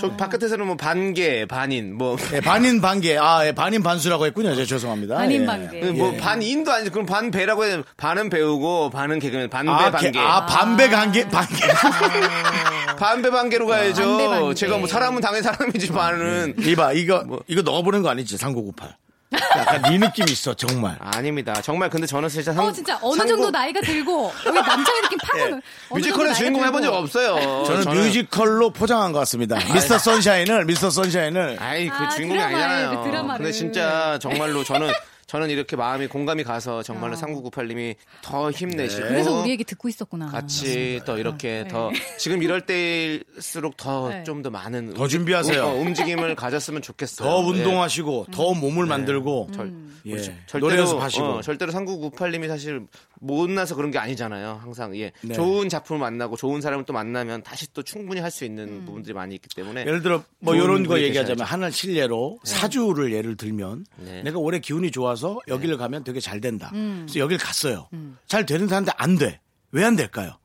S2: 저 바깥에서는 뭐 반개, 반인, 뭐.
S1: 예, 반인 반개 아 예, 반인 반수라고 했군요. 제 죄송합니다.
S9: 반인
S1: 예.
S9: 반개.
S2: 뭐
S1: 예.
S2: 반인도 아니지 그럼 반배라고 해야 되나? 반은 배우고 반은 개그맨 반배
S1: 아, 개-
S2: 반개
S1: 아 반배 관계 반개
S9: 아.
S2: 반배 반개로 가야죠
S9: 반배, 음, 반개.
S2: 제가 뭐 사람은 당연히 사람이지 반은
S1: 이봐 이거 이거 넣어보는 거 아니지 3998 약간 네 느낌이 있어 정말
S2: 아닙니다 정말 근데 저는 진짜 상,
S9: 어 진짜 어느
S2: 상고-
S9: 정도 나이가 들고 여기 남창희 느낌 파고 는
S2: 뮤지컬의 주인공 해본 적 없어요
S1: 저는, 뮤지컬로 포장한 것 같습니다. 미스터 선샤인을 미스터 선샤인을
S2: 아, 아이 그
S9: 아,
S2: 주인공이
S9: 드라마를,
S2: 아니잖아요
S9: 그 드라마를.
S2: 근데 진짜 정말로 저는 저는 이렇게 마음이 공감이 가서 정말로 3998님이 더 힘내시고
S9: 어. 네. 그래서 아, 우리 얘기 듣고 있었구나.
S2: 같이 또 이렇게 더 지금 이럴 때일수록 더 좀
S9: 네.
S2: 더 많은
S1: 더 준비하세요.
S2: 어, 움직임을 가졌으면 좋겠어요.
S1: 더
S2: 예. 네.
S1: 운동하시고 더 몸을 만들고
S2: 절-
S9: 음.
S1: 예,
S2: 절대로
S1: 노래 연습하시고
S2: 어, 절대로 3998님이 사실 못나서 그런 게 아니잖아요. 항상 예.
S1: 네.
S2: 좋은 작품을 만나고 좋은 사람을 또 만나면 다시 또 충분히 할 수 있는
S9: 음.
S2: 부분들이 많이 있기 때문에
S1: 예를 들어 뭐
S2: 네. 좋은
S1: 이런 거
S2: 분이
S1: 얘기하자면
S2: 계셔야죠.
S1: 하나 실례로 사주를 예를 들면
S2: 네. 음.
S1: 내가 올해 기운이 좋아서 여기를 가면 되게 잘 된다. 그래서 여길 갔어요. 잘 되는 사람인데 안 돼. 왜 안 될까요?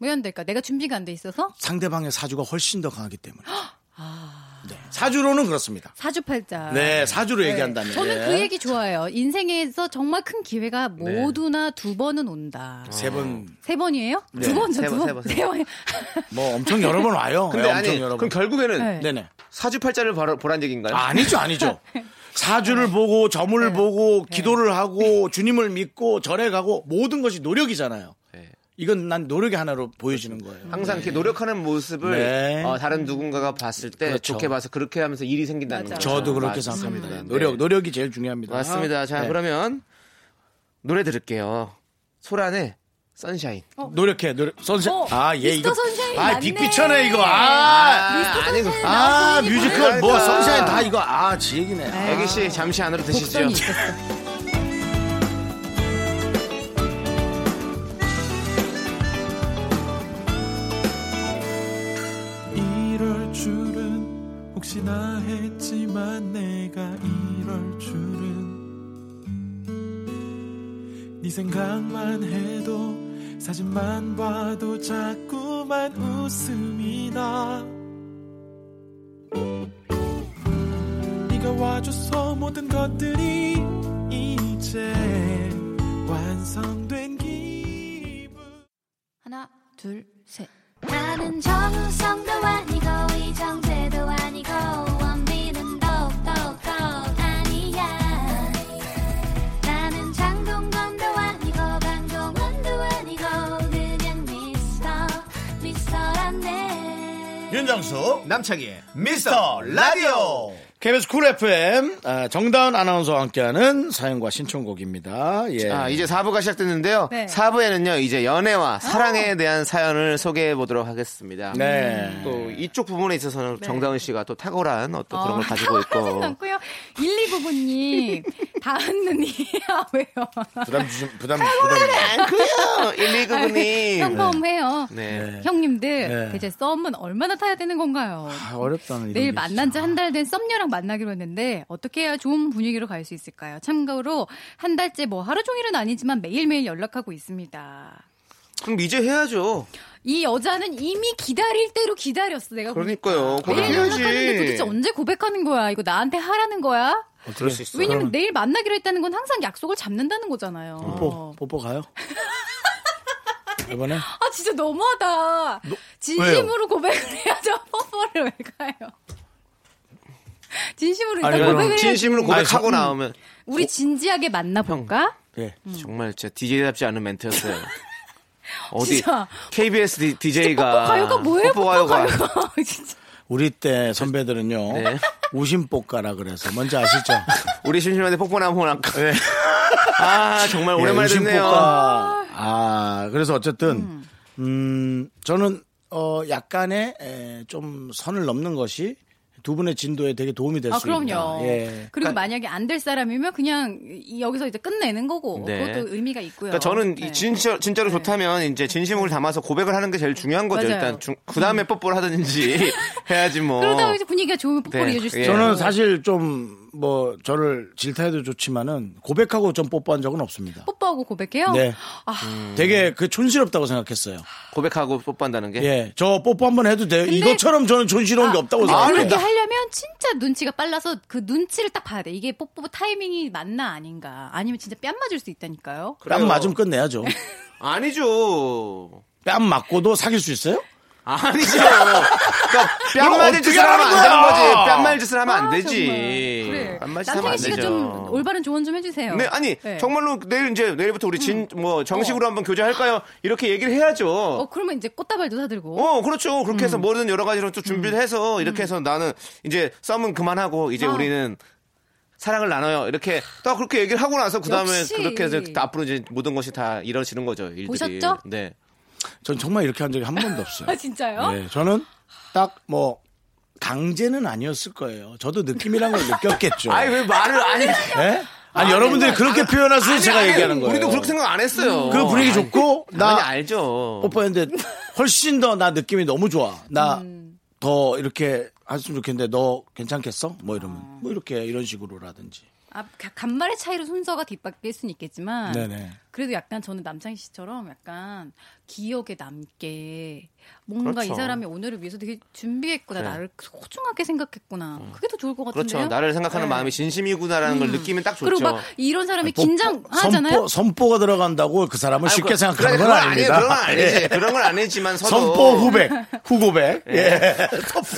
S9: 왜 안뭐 될까? 내가 준비가 안 돼 있어서
S1: 상대방의 사주가 훨씬 더 강하기 때문에.
S2: 아.
S1: 네. 사주로는 그렇습니다.
S9: 사주팔자.
S1: 네, 사주로 얘기한다면.
S9: 저는
S1: 예.
S9: 그 얘기 좋아해요. 인생에서 정말 큰 기회가
S2: 네.
S9: 모두나 두 번은 온다.
S1: 세 번,
S9: 세 번이에요? 두 번이죠,
S2: 네. 세
S9: 두
S2: 번,
S9: 번.
S2: 세 번, 세
S9: 세 번.
S1: 뭐 엄청 여러 번 와요.
S2: 근데
S1: 예, 엄청
S2: 아니
S1: 여러 번.
S2: 그럼 결국에는
S9: 네.
S1: 네네.
S2: 사주팔자를 바로 보란 얘기인가요?
S1: 아, 아니죠, 아니죠. 사주를
S9: 네.
S1: 보고 점을 보고 기도를 하고 주님을 믿고 절에 가고 모든 것이 노력이잖아요.
S2: 네. 그렇죠.
S1: 이건 난 노력의 하나로 보여지는 거예요.
S2: 항상 이렇게 노력하는 모습을
S1: 네.
S2: 어, 다른 누군가가 봤을 때
S1: 그렇죠.
S2: 좋게 봐서 그렇게 하면서 일이 생긴다는
S9: 맞아요.
S2: 거죠.
S1: 저도 그렇게
S2: 맞습니다.
S1: 생각합니다.
S2: 네.
S1: 노력, 네. 노력이 제일 중요합니다.
S2: 맞습니다. 자,
S1: 네.
S2: 그러면 노래 들을게요. 소란의 선샤인.
S1: 노력해, 노력. 선샤.
S9: 어,
S1: 아, 얘
S9: 미스터
S1: 이거.
S9: 선샤인
S1: 아,
S9: 맞네.
S1: 빅비쳐네, 이거. 아.
S9: 미스터
S2: 아니,
S9: 선샤인
S1: 아,
S9: 나왔으니
S1: 뮤지컬, 뭐,
S2: 그러니까.
S1: 선샤인 다 이거. 아, 지 얘기네. 아.
S2: 애기 씨 잠시 안으로 드시죠.
S9: 복선이 있었어.
S7: 이럴 줄은 혹시나 했지만 내가 이럴 줄은 네 생각만 해도 사진만 봐도 자꾸만 웃음이 나 네가 와줘서 모든 것들이 이제 완성된 기분
S9: 하나, 둘, 셋.
S4: 나는 정우성도 아니고 이정재도 아니고 원빈은 더욱더 아니야 나는 장동건도 아니고 강동원도 아니고 그냥 미스터 미스터란데
S1: 윤정수.
S2: 남창희의
S1: 미스터 라디오. KBS 쿨 FM 아, 정다은 아나운서와 함께하는 사연과 신청곡입니다. 예.
S2: 아, 이제 4부가 시작됐는데요.
S9: 네. 아.
S2: 4부에는요, 이제 연애와 사랑에 대한 사연을 소개해 보도록 하겠습니다.
S1: 네.
S2: 또 이쪽 부분에 있어서는
S9: 네.
S2: 정다은 씨가 또 탁월한 어떤 그런
S9: 어,
S2: 걸 가지고 있고.
S9: 생각고요. 1, 2 부분님, 다은 누님, 아, 왜요?
S1: 부담 주심 부담
S9: 아,
S1: 부담.
S2: 안고요 1,
S9: 뭐
S2: 2구님.
S9: 평범해요.
S2: 네.
S9: 형님들,
S1: 네.
S9: 대체 썸은 얼마나 타야 되는 건가요?
S1: 아, 어렵다는 이런
S9: 내일
S1: 게 진짜.
S9: 만난 지 한 달 된 썸녀랑 만나기로 했는데 어떻게 해야 좋은 분위기로 갈 수 있을까요? 참고로 한 달째 뭐 하루 종일은 아니지만 매일매일 연락하고 있습니다.
S2: 그럼 이제 해야죠.
S9: 이 여자는 이미 기다릴 대로 기다렸어. 내가 보니까.
S2: 그러니까요. 그렇게
S9: 매일 연락하는데 아, 네, 도대체
S2: 해야지.
S9: 언제 고백하는 거야? 이거 나한테 하라는 거야?
S2: 그럴 수 있어.
S9: 왜냐면 내일 만나기로 했다는 건 항상 약속을 잡는다는 거잖아요.
S1: 뽀뽀
S9: 어.
S1: 뽀뽀 어. 가요. 이번에
S9: 아 진짜 너무하다. 진심으로 고백을 해야죠. 뽀뽀를 왜 가요? 진심으로 일단
S1: 아니,
S9: 고백을 해야지.
S2: 진심으로 고백하고 나오면
S9: 우리 진지하게 만나볼까?
S1: 예.
S9: 음.
S2: 정말 진짜 DJ답지 않은 멘트였어요. 어디
S9: 진짜.
S2: KBS DJ가
S9: 뽀뽀 가요가 뭐예요? 뽀뽀 가요가. 진짜.
S1: 우리 때 선배들은요.
S2: 네.
S1: 우심뽀까라 그래서 뭔지 아시죠?
S2: 우리 심심한데 뽀뽀 나면 아까 아 정말 오랜만에
S1: 예,
S2: 듣네요.
S1: 네. 우심뽀까. 아, 그래서 어쨌든 음, 저는 어 약간의 에, 좀 선을 넘는 것이 두 분의 진도에 되게 도움이 될
S9: 아
S1: 수 있다.
S9: 그럼요.
S1: 예.
S9: 그리고
S2: 그러니까-
S9: 만약에 안 될 사람이면 그냥 이- 여기서 이제 끝내는 거고
S2: 네.
S9: 그것도 의미가 있고요.
S2: 그러니까 저는 이
S9: 네.
S2: 진짜 진짜로 좋다면 이제 진심을 담아서 고백을 하는 게 제일 중요한 거죠.
S9: 맞아요.
S2: 일단 중, 그다음에 뽀뽀를 하든지 해야지 뭐.
S9: 그러다가 이제 분위기가 좋으면 뽀뽀를
S2: 네.
S9: 이어줄 수
S2: 예.
S9: 있어요.
S1: 저는 사실 좀 뭐 저를 질타해도 좋지만은 고백하고 좀 뽀뽀한 적은 없습니다.
S9: 뽀뽀하고 고백해요.
S1: 네.
S9: 아,
S2: 음.
S1: 되게 그 촌스럽다고 생각했어요.
S2: 고백하고 뽀뽀한다는 게
S1: 예. 저 뽀뽀 한번 해도 돼요.
S9: 근데- 아,
S1: 이것처럼 저는 촌스러운 게 없다고
S9: 근데 그렇게
S1: 생각합니다.
S9: 하려면 진짜 눈치가 빨라서 그 눈치를 딱 봐야 돼. 이게 뽀뽀 타이밍이 맞나 아닌가. 아니면 진짜 뺨 맞을 수 있다니까요.
S1: 뺨
S2: 그래요.
S1: 맞으면 끝내야죠.
S2: 아니죠.
S1: 뺨 맞고도 사귈 수 있어요?
S2: 아니죠. 그러니까 뺨
S1: 이거
S2: 맞을
S1: 어떻게
S2: 짓을 하면 안
S1: 하는
S2: 되는
S1: 거야?
S2: 거지. 뺨 맞을 짓을 하면 안
S9: 아,
S2: 되지.
S9: 정말.
S2: 뺨 맞을
S9: 그래.
S2: 짓을 하면
S9: 남창희
S2: 안
S9: 씨가
S2: 되죠.
S9: 좀 올바른 조언 좀 해주세요.
S2: 네, 아니
S9: 네. 음.
S2: 정말로 내일 이제 내일부터 우리 진 뭐 정식으로 한번 교제할까요? 이렇게 얘기를 해야죠.
S9: 어,
S2: 어.
S9: 그러면 이제 꽃다발도 사들고.
S2: 그렇죠. 그렇게
S9: 음.
S2: 해서 뭐든 여러 가지로 또 준비를 해서 이렇게 해서 나는 이제 썸은 그만하고 이제
S9: 아.
S2: 우리는 사랑을 나눠요. 이렇게 딱 그렇게 얘기를 하고 나서 그 다음에
S9: 역시.
S2: 그렇게 해서 또 앞으로 이제 모든 것이 다 이루어지는 거죠. 일들이.
S9: 보셨죠?
S2: 네.
S1: 전 정말 이렇게 한 적이 한 번도 없어요.
S9: 아, 진짜요?
S1: 예, 저는 딱 뭐 강제는 아니었을 거예요. 저도 느낌이란 걸 느꼈겠죠.
S2: 아니 왜 말을 아니
S1: 예? 아니 여러분들이 그렇게 표현할 수 있어서 제가 얘기하는 거예요.
S2: 우리도 그렇게 생각 안 했어요.
S1: 그 분위기 좋고 나 어, 뭐,
S2: 나 알죠.
S1: 뽀뽀했는데 훨씬 더 나 느낌이 너무 좋아. 나 더
S9: 음.
S1: 이렇게 했으면 좋겠는데 너 괜찮겠어? 뭐 이러면 뭐 이렇게 이런 식으로라든지.
S9: 아, 가- 간발의 차이로 순서가 뒷바뀔 수는 있겠지만.
S1: 네네.
S9: 그래도 약간 저는 남창희 씨처럼 약간 기억에 남게 뭔가
S2: 그렇죠.
S9: 이 사람이 오늘을 위해서 되게 준비했구나.
S2: 네.
S9: 나를 소중하게 생각했구나. 그게 더 좋을 것 같은데요.
S2: 그렇죠. 나를 생각하는
S9: 네.
S2: 마음이 진심이구나라는 걸 느끼면 딱 좋죠.
S9: 그리고 막 이런 사람이
S1: 뽀뽀-
S9: 긴장하잖아요.
S1: 네, 어, 선포, 선포가 들어간다고 그 사람을
S2: 아니,
S1: 쉽게
S2: 그-
S1: 생각하는
S2: 그래,
S1: 건
S2: 그건 아니에요.
S1: 아닙니다.
S2: 그런 건 아니지.
S1: 예.
S2: 그런 건 아니지만 서로
S1: 선포 후백, 후고백. 예. 선포.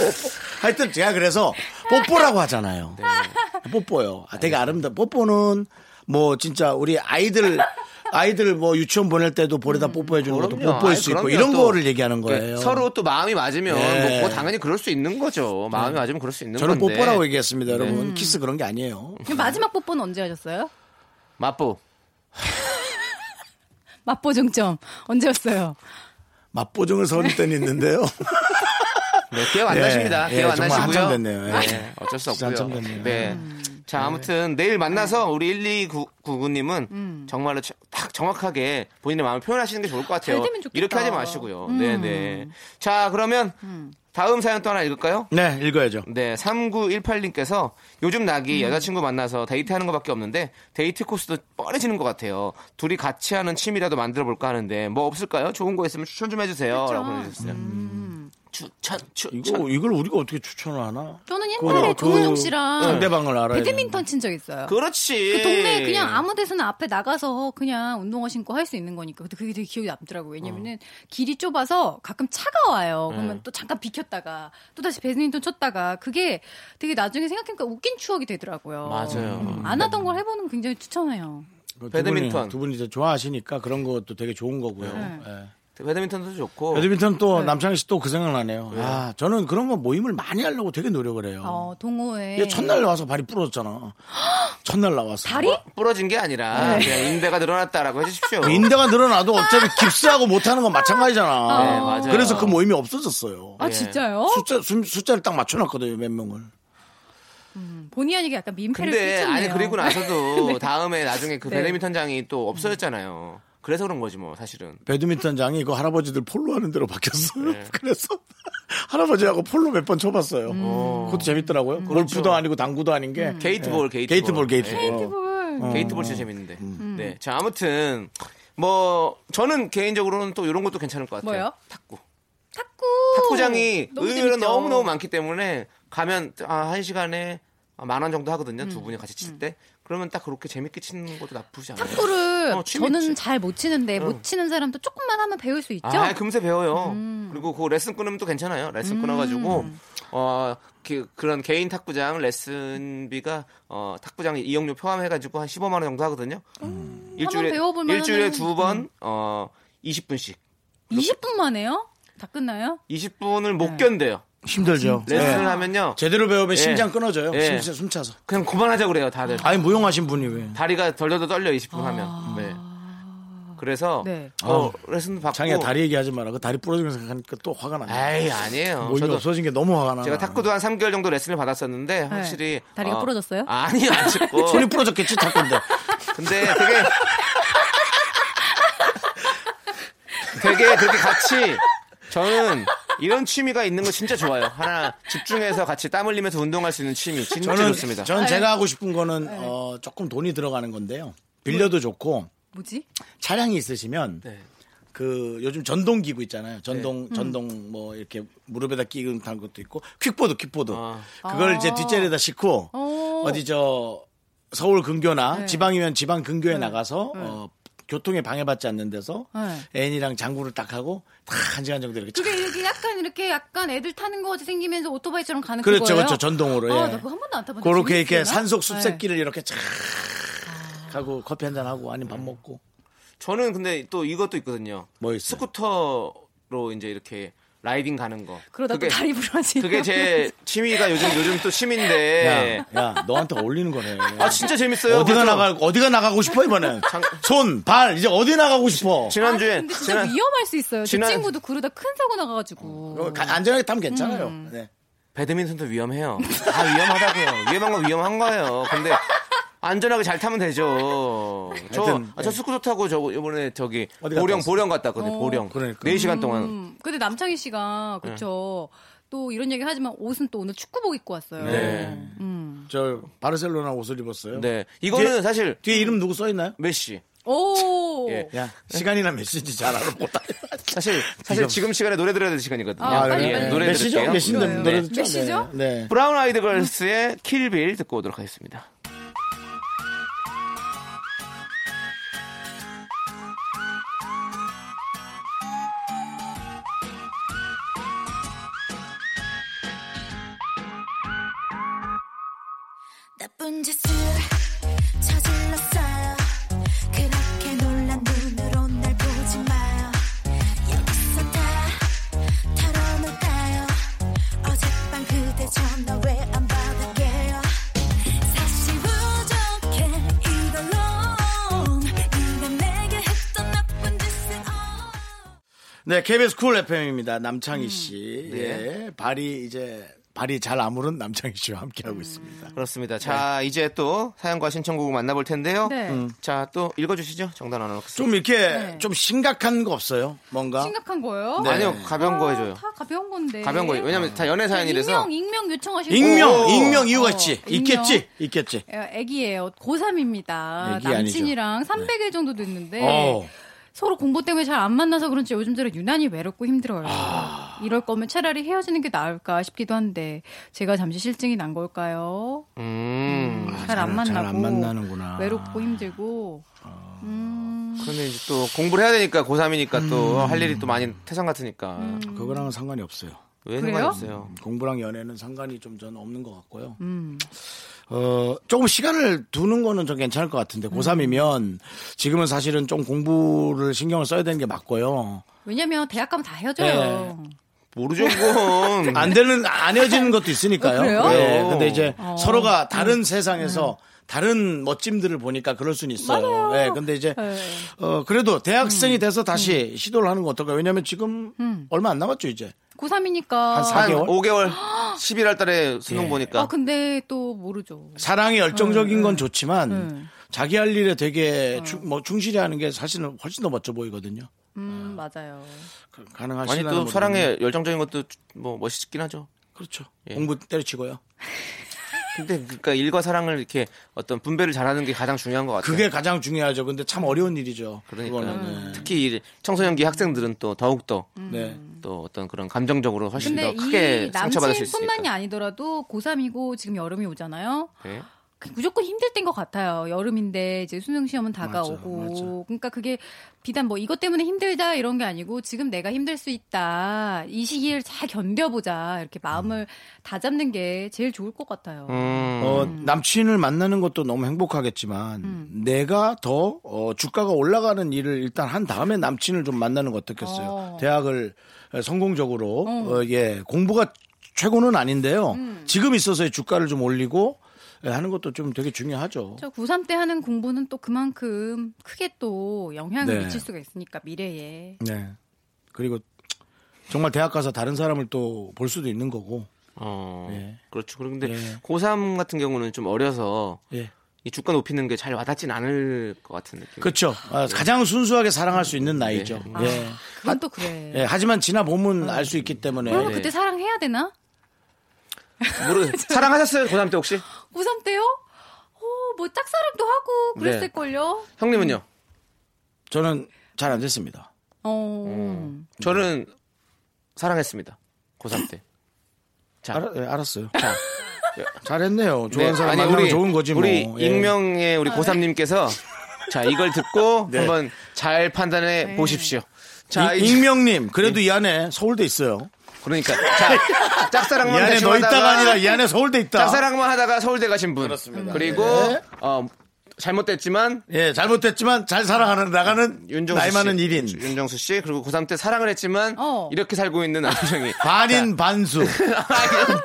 S1: 하여튼 제가 그래서 뽀뽀라고 하잖아요. 뽀뽀요. 아, 되게 아름다. 뽀뽀는 뭐 진짜 우리 아이들 아이들 뭐 유치원 보낼 때도 볼에다 뽀뽀해 주는 것도
S2: 음, 그럼요.
S1: 뽀뽀일
S2: 아니,
S1: 수 있고
S2: 그럼요.
S1: 이런
S2: 또
S1: 거를 얘기하는 거예요.
S2: 그 서로 또 마음이 맞으면
S1: 예.
S2: 뭐, 뭐 당연히 그럴 수 있는 거죠. 마음이 맞으면 그럴 수 있는
S1: 네. 저는
S2: 건데. 네.
S1: 뽀뽀라고 얘기했습니다, 여러분. 키스 그런 게 아니에요.
S9: 마지막 뽀뽀는 언제 하셨어요?
S2: 맛보.
S9: 맛보정점 언제였어요?
S1: 맛보정을 서릴 때는 있는데요.
S2: 네, 기억 안
S1: 예,
S2: 나십니다.
S1: 예,
S2: 기억 안
S1: 정말
S2: 나시고요.
S1: 한참 됐네요. 예.
S2: 네, 어쩔 수
S1: 진짜
S2: 없고요.
S1: 한참 됐네요. 음.
S2: 네.
S9: 음.
S2: 자, 아무튼 내일 만나서 우리 1299님은
S9: 음.
S2: 정말로 저- 딱 정확하게 본인의 마음을 표현하시는 게 좋을 것 같아요.
S9: 잘 되면 좋겠다. 음.
S2: 이렇게 하지 마시고요. 네, 네. 자, 그러면 다음 사연 또 하나 읽을까요?
S1: 네, 읽어야죠.
S2: 네, 3918님께서 요즘
S9: 음.
S2: 낙이 여자친구 만나서 데이트하는 것밖에 없는데 데이트 코스도 뻔해지는 것 같아요. 둘이 같이 하는 취미라도 만들어 볼까 하는데 뭐 없을까요? 좋은 거 있으면 추천 좀 해주세요. 라고 보내주셨어요.
S9: 음.
S2: 추천, 추천.
S1: 이거 이걸 우리가 어떻게 추천을 하나?
S9: 저는
S1: 그거요,
S9: 옛날에 조은정
S1: 그
S9: 씨랑
S1: 상대방을 예. 알아야
S9: 배드민턴 친 적 있어요. 그,
S2: 그렇지.
S9: 동네 그냥 아무 데서나 앞에 나가서 그냥 운동화 신고 할 수 있는 거니까. 근데 그게 되게 기억이 남더라고요.
S1: 음.
S9: 왜냐면은 길이 좁아서 가끔 차가 와요.
S1: 네.
S9: 그러면 또 잠깐 비켰다가 또 다시 배드민턴 쳤다가 그게 되게 나중에 생각해보니까 웃긴 추억이 되더라고요.
S2: 맞아요.
S9: 음, 안 하던 걸 해보는 거 굉장히 추천해요.
S1: 되는데.
S2: 배드민턴.
S1: 그 두 분이, 두 분이 이제 좋아하시니까 그런 것도 되게 좋은 거고요.
S9: 네.
S1: 예.
S2: 배드민턴도 좋고.
S1: 배드민턴 또 남창희 씨 또 그 생각나네요. 아, 저는 그런 거 모임을 많이 하려고 되게 노력을 해요.
S9: 어, 동호회.
S1: 얘 첫날 나와서 발이 부러졌잖아. 첫날 나와서.
S9: 다리?
S2: 부러진 게 아니라
S9: 네.
S2: 그냥 인대가 늘어났다라고 해주십시오.
S1: 그 인대가 늘어나도 어차피 깁스하고 못하는 건 마찬가지잖아.
S2: 네, 맞아요. 예.
S1: 그래서 그 모임이 없어졌어요.
S9: 아, 진짜요?
S1: 숫자, 숫- 숫자를 딱 맞춰놨거든요, 몇 명을.
S9: 본의 아니게 약간 민폐를
S2: 근데
S9: 끼쳤네요.
S2: 아니 그리고 나서도 다음에 나중에 그
S9: 네. 음.
S2: 배드민턴장이 또 없어졌잖아요. 그래서 그런 거지 뭐 사실은.
S1: 배드민턴장이 그 할아버지들 폴로 하는 대로 바뀌었어요. 그래서 할아버지하고 폴로 몇 번 쳐봤어요.
S2: 음.
S1: 그것도 재밌더라고요. 골프도 아니고 당구도 아닌 게.
S2: 그렇죠. 게이트볼,
S1: 예.
S2: 게이트볼. 네.
S1: 게이트볼, 게이트볼. 어.
S2: 게이트볼 진짜 재밌는데.
S9: 음.
S2: 네. 자 아무튼 뭐 저는 개인적으로는 또 이런 것도 괜찮을 것 같아요.
S9: 뭐요?
S2: 탁구.
S9: 탁구.
S2: 탁구장이
S9: 너무
S2: 의외로
S9: 재밌죠.
S2: 너무 너무 많기 때문에 가면 아, 한 시간에 만 원 정도 하거든요.
S9: 음.
S2: 두 분이 같이 칠 때. 그러면 딱 그렇게 재밌게 치는 것도 나쁘지 않아요.
S9: 탁구를
S2: 어, 취미 있지.
S9: 저는 잘 못 치는데 못 치는 사람도 조금만 하면 배울 수 있죠.
S2: 아, 금세 배워요.
S9: 음.
S2: 그리고 그 레슨 끊으면 또 괜찮아요. 레슨 끊어가지고 어 그, 런 개인 탁구장 레슨비가 어 탁구장 이용료 포함해가지고 한 15만 원 정도 하거든요. 일주일에
S9: 음. 어, 한번 배워볼 음.
S2: 일주일에
S9: 만하네.
S2: 두번어 20분씩
S9: 20분 만에요? 다 끝나요?
S2: 20분을
S9: 네.
S2: 못 견뎌요.
S1: 힘들죠.
S2: 레슨을
S1: 예.
S2: 하면요.
S1: 제대로 배우면
S2: 예.
S1: 심장 끊어져요.
S2: 예.
S1: 심장 숨차서.
S2: 그냥 그만하자 그래요 다들.
S1: 아니, 무용하신 분이 왜.
S2: 다리가 덜덜덜 떨려 20분 하면. 네. 그래서
S9: 아. 네.
S2: 어, 레슨 받고.
S1: 장이야, 다리 얘기하지 마라. 그 다리 부러지는 거 생각하니까 또 화가 나네.
S2: 에이 아니에요.
S1: 모임이
S2: 저도
S1: 없어진 게 너무 화가 나.
S2: 제가 탁구도 한 3개월 정도 레슨을 받았었는데 확실히
S9: 아. 네. 다리가 부러졌어요?
S2: 아니요 안 찍고
S1: 손이 부러졌겠지, 탁구인데.
S2: 근데 되게 되게 되게 같이 저는 이런 취미가 있는 거 진짜 좋아요. 하나 집중해서 같이 땀 흘리면서 운동할 수 있는 취미 진짜
S1: 저는,
S2: 좋습니다. 네.
S1: 저는 제가 하고 싶은 거는, 어, 조금 돈이 들어가는 건데요. 빌려도 좋고,
S9: 뭐지?
S1: 차량이 있으시면,
S2: 네.
S1: 그 요즘 전동 기구 있잖아요. 전동 전동 뭐 이렇게 무릎에다 끼는 다른 것도 있고 퀵보드 퀵보드
S2: 아.
S1: 그걸 이제 뒷자리에다 싣고
S9: 오.
S1: 어디 저 서울 근교나 지방이면 지방 근교에 나가서 어, 교통에 방해받지 않는 데서
S9: 네.
S1: 애인이랑 장구를 딱 하고 딱 한 시간 정도 이렇게
S9: 그게 이렇게 약간 이렇게 약간 애들 타는 거 같이 생기면서 오토바이처럼 가는
S1: 그렇죠,
S9: 그거예요?
S1: 그렇죠. 전동으로,
S9: 아,
S1: 예.
S9: 나 그거 한 번도 안 타봤는데.
S1: 그렇게 이렇게
S9: 재밌으려나?
S1: 산속 숲새길을 이렇게 쫙 하고 커피 한 잔 하고 아니면 밥 먹고
S2: 저는 근데 또 이것도 있거든요.
S1: 뭐 있어요?
S2: 스쿠터로 이제 이렇게 라이딩 가는 거.
S9: 그러다 또 다리 부러지고.
S2: 그게 제 취미가 요즘 요즘 또 취미인데.
S1: 야, 야 너한테 어울리는 거네.
S2: 네. 아 진짜 재밌어요.
S1: 어디가
S2: 그래서
S1: 나가 어디가 나가고 싶어 이번엔 손 발 이제 어디 나가고 싶어
S9: 아니,
S2: 지난주에
S9: 근데 진짜
S2: 지난
S9: 위험할 수 있어요.
S2: 지난-
S9: 제 친구도 그러다 큰 사고 나가가지고.
S1: 어, 가- 안전하게 타면 괜찮아요. 네.
S2: 배드민턴도 위험해요. 다 위험하다고요. 위험한 건 위험한 거예요. 근데 안전하게 잘 타면 되죠. 저,
S1: 하여튼,
S2: 아, 저 스쿠터 타고 저 이번에 저기
S1: 어디 갔다
S2: 보령
S1: 왔어?
S2: 보령 갔다 왔거든요. 보령.
S1: 그러니까.
S2: 네시간 동안.
S9: 음, 근데 남창희 씨가 그렇죠. 또 이런 얘기 하지만 옷은 또 오늘 축구복 입고 왔어요.
S2: 네.
S1: 저 바르셀로나 옷을 입었어요.
S2: 네. 이거는 사실
S1: 뒤에 이름 누구 써 있나요?
S2: 메시.
S9: 오.
S2: 예.
S1: 야 시간이나 몇 시인지 잘 알아 못 알아.
S2: 사실 사실 지금 시간에 노래 들어야 될 시간이거든요.
S9: 아, 빨리,
S2: 예,
S9: 빨리.
S2: 노래
S1: 몇 시죠?
S2: 들을게요.
S1: 몇 시인데
S9: 네.
S1: 네. 노래 듣죠?
S9: 몇 시죠?
S1: 네. 네.
S2: 브라운 아이드 걸스의 킬빌 듣고 오도록 하겠습니다.
S4: 나쁜 짓을 저질렀어요 그렇게 놀란 눈으로 날 보지 마요 여기서 다 털어놓을까요 어젯밤 그대 전화 왜 안 받을게요 사실 부족해 이걸로 네가 내게 했던 나쁜 짓
S1: 네, KBS 쿨 FM입니다. 남창희 씨. 예. 발이 이제 발이 잘 아무른 남창희 씨와 함께
S9: 음.
S1: 하고 있습니다.
S2: 그렇습니다. 자, 이제 또 사연과 신청곡을 만나볼 텐데요.
S9: 네.
S2: 자, 또 읽어주시죠. 정답 나눠놓겠습니다.
S1: 좀 이렇게
S9: 네.
S1: 좀 심각한 거 없어요? 뭔가?
S9: 심각한 거예요?
S1: 네.
S2: 아니요, 가벼운 거 해줘요.
S9: 다 가벼운 건데. 그러니까
S2: 가벼운 거.
S9: 네.
S2: 왜냐면 다 연애 사연이라서.
S9: 익명 익명 요청하신
S1: 익명,
S9: 거.
S1: 익명
S9: 어,
S1: 이유가 있지. 있겠지, 있겠지.
S9: 예, 애기예요. 고3입니다.
S1: 애기 아니죠.
S9: 남친이랑
S2: 네.
S9: 300일 정도 됐는데
S1: 어.
S9: 서로 공부 때문에 잘 안 만나서 그런지 요즘 들어 유난히 외롭고 힘들어요.
S2: 아.
S9: 이럴 거면 차라리 헤어지는 게 나을까 싶기도 한데 제가 잠시 실증이 난 걸까요?
S2: 음.
S9: 잘 안
S1: 아, 잘
S9: 만나고
S1: 안 만나는구나.
S9: 외롭고 힘들고 음,
S2: 그런데 이제 또 공부를 해야 되니까 고3이니까 또
S1: 음.
S2: 할 일이 또 많이 태산 같으니까.
S1: 그거랑은 상관이 없어요.
S2: 왜
S9: 음. 그래요?
S2: 상관없어요?
S1: 공부랑 연애는 상관이 좀 저는 없는 것 같고요.
S9: 음.
S1: 어, 조금 시간을 두는 거는 좀 괜찮을 것 같은데, 고3이면 지금은 사실은 좀 공부를 신경을 써야 되는 게 맞고요.
S9: 왜냐면 대학 가면 다 헤어져요.
S2: 모르죠, 그건.
S1: 안 되는, 안 헤어지는 것도 있으니까요.
S9: 어, 그래요?
S1: 예, 근데 이제
S9: 어. 네.
S1: 서로가 다른 세상에서 다른 멋짐들을 보니까 그럴 수는 있어요.
S9: 맞아요. 음.
S1: 예, 근데 이제,
S9: 예.
S1: 어, 그래도 대학생이 돼서 다시 시도를 하는 건 어떨까요? 왜냐면 지금
S9: 음.
S1: 얼마 안 남았죠, 이제.
S9: 고3이니까
S1: 사-
S2: 한
S1: 4개월?
S2: 5개월. 11월 달에 수능
S1: 예.
S2: 보니까.
S9: 아 근데 또 모르죠.
S1: 사랑이 열정적인 건 좋지만
S9: 음. 어.
S1: 자기 할 일에 되게 충- 뭐 충실히 하는 게 사실은 훨씬 더 멋져 보이거든요.
S9: 음 맞아요.
S1: 가능하시나요?
S2: 아니, 또 사랑에 열정적인 것도 뭐 멋있긴 하죠.
S1: 그렇죠.
S2: 예.
S1: 공부 때려치고요.
S2: 근데 그러니까 일과 사랑을 이렇게 어떤 분배를 잘하는 게 가장 중요한 것 같아요.
S1: 그게 가장 중요하죠. 근데 참 어려운 일이죠.
S2: 네. 그러니까
S9: 음.
S1: 그거는.
S2: 특히 이 청소년기 학생들은 또 더욱더
S1: 네.
S2: 또 어떤 그런 감정적으로 훨씬
S9: 근데
S2: 더 음. 크게
S9: 이
S2: 상처받을 수
S9: 남친뿐만이
S2: 있으니까.
S9: 아니더라도 고3이고 지금 여름이 오잖아요.
S2: 네.
S9: 그 무조건 힘들 때인 것 같아요. 여름인데 이제 수능 시험은 다가오고.
S1: 맞아.
S9: 그러니까 그게 비단 뭐 이것 때문에 힘들다 이런 게 아니고 지금 내가 힘들 수 있다. 이 시기를 잘 견뎌보자. 이렇게 마음을 다잡는 게 제일 좋을 것 같아요.
S2: 음,
S1: 어, 남친을 만나는 것도 너무 행복하겠지만 내가 더 어, 주가가 올라가는 일을 일단 한 다음에 남친을 좀 만나는 거 어떻겠어요?
S9: 어.
S1: 대학을 성공적으로 어, 예 공부가 최고는 아닌데요. 지금 있어서의 주가를 좀 올리고 예, 하는 것도 좀 되게 중요하죠.
S9: 저 고3 때 하는 공부는 또 그만큼 크게 또 영향을
S1: 네.
S9: 미칠 수가 있으니까 미래에.
S1: 네. 그리고 정말 대학 가서 다른 사람을 또 볼 수도 있는 거고.
S2: 어,
S1: 예.
S2: 그렇죠. 그런데
S1: 예.
S2: 고3 같은 경우는 좀 어려서
S1: 예.
S2: 이 주가 높이는 게 잘 와닿진 않을 것 같은 느낌.
S1: 그렇죠. 아, 가장 순수하게 사랑할 수 있는 나이죠.
S9: 아,
S1: 예.
S9: 그건 또 그래.
S1: 예, 하지만 지나 보면 알 수 있기 때문에
S9: 그러면
S2: 네.
S9: 그때 사랑해야 되나?
S1: 그
S2: 모르 사랑하셨어요 고3 때 혹시?
S9: 고3 때요? 어, 뭐 짝사랑도 하고 그랬을걸요?
S2: 형님은요?
S1: 저는 잘 안 됐습니다.
S9: 어.
S1: 음.
S2: 저는 사랑했습니다. 고3 때. 자,
S1: 알아, 예, 알았어요. 자. 잘했네요. 좋아하는
S2: 네,
S1: 사람 만나면 좋은 거지 뭐.
S2: 우리
S1: 예.
S2: 익명의 우리 고3님께서 자 이걸 듣고 한번 잘 판단해 보십시오. 자
S1: 네.
S2: 예.
S1: 이-
S2: 이제-
S1: 익명님 그래도 이 안에 서울대 있어요.
S2: 그러니까 자
S1: 이
S2: 짝사랑만
S1: 안에
S2: 대충
S1: 너 있다가
S2: 하다가
S1: 아니라 이 안에 서울대 있다.
S2: 짝사랑만 하다가 서울대 가신 분
S1: 그렇습니다.
S2: 그리고
S1: 네.
S2: 어, 잘못됐지만
S1: 예, 잘못됐지만 잘 살아가는 나가는
S2: 윤정수
S1: 나이
S2: 씨,
S1: 많은 일인
S2: 윤정수 씨 그리고 고3 때 사랑을 했지만
S9: 어.
S2: 이렇게 살고 있는 남성이
S1: 반인 반수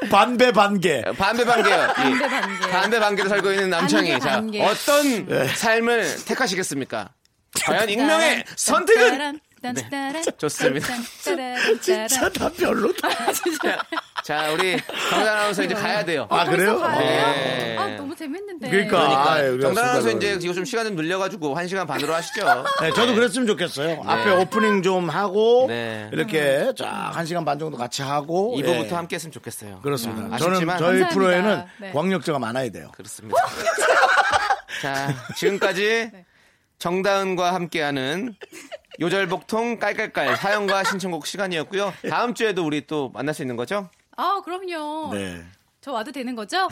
S1: 반배 반개
S2: 반대 반개요.
S9: 반대 반개.
S2: 반대 반개로 살고 있는 남창이
S9: 반대
S2: 자
S9: 반개.
S2: 어떤
S1: 네.
S2: 삶을 택하시겠습니까?
S9: 네.
S2: 과연 익명의 선택은 좋습니다.
S1: 네. 진짜 다 별로다.
S2: 자, 우리 정단 아나운서 이제 가야 돼요.
S1: 아 그래요?
S2: 네.
S9: 어, 아, 너무 재밌는데.
S1: 그러니까. 아, 예,
S2: 정단 아나운서
S1: 그렇습니다.
S2: 이제 이거 좀 시간 좀 늘려가지고 1시간 반으로 하시죠.
S1: 네, 저도 그랬으면 좋겠어요. 앞에 오프닝 좀 하고
S2: 네.
S1: 이렇게 쫙한 시간 반 정도 같이 하고
S2: 2부부터
S1: 예.
S2: 함께 했으면 좋겠어요.
S1: 그렇습니다.
S2: 아,
S1: 저는
S2: 아쉽지만
S1: 저희
S9: 감사합니다.
S1: 프로에는
S9: 네.
S1: 광역제가 많아야 돼요.
S2: 그렇습니다. 자, 지금까지 정다은과 함께하는 요절복통 깔깔깔 사연과 신청곡 시간이었고요. 다음 주에도 우리 또 만날 수 있는 거죠?
S9: 아, 그럼요.
S1: 네.
S9: 저 와도 되는 거죠?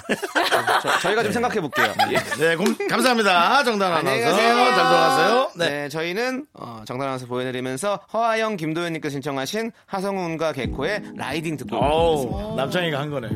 S2: 저, 저희가 좀 생각해 볼게요. 예.
S1: 네, 고- 감사합니다. 정단
S2: 안녕히
S1: 아나운서. 잘
S2: 가세요.
S1: 돌아가세요.
S2: 네.
S1: 네.
S2: 저희는 어, 정단하면서 보여드리면서 허하영, 김도현님께 신청하신 하성운과 개코의 라이딩 듣고 올게요.
S1: 네. 어우, 남창이가 한 거네.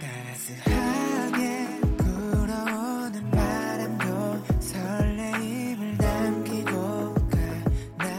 S5: 따스하게 불어오는 바람도 설레임을 남기고 가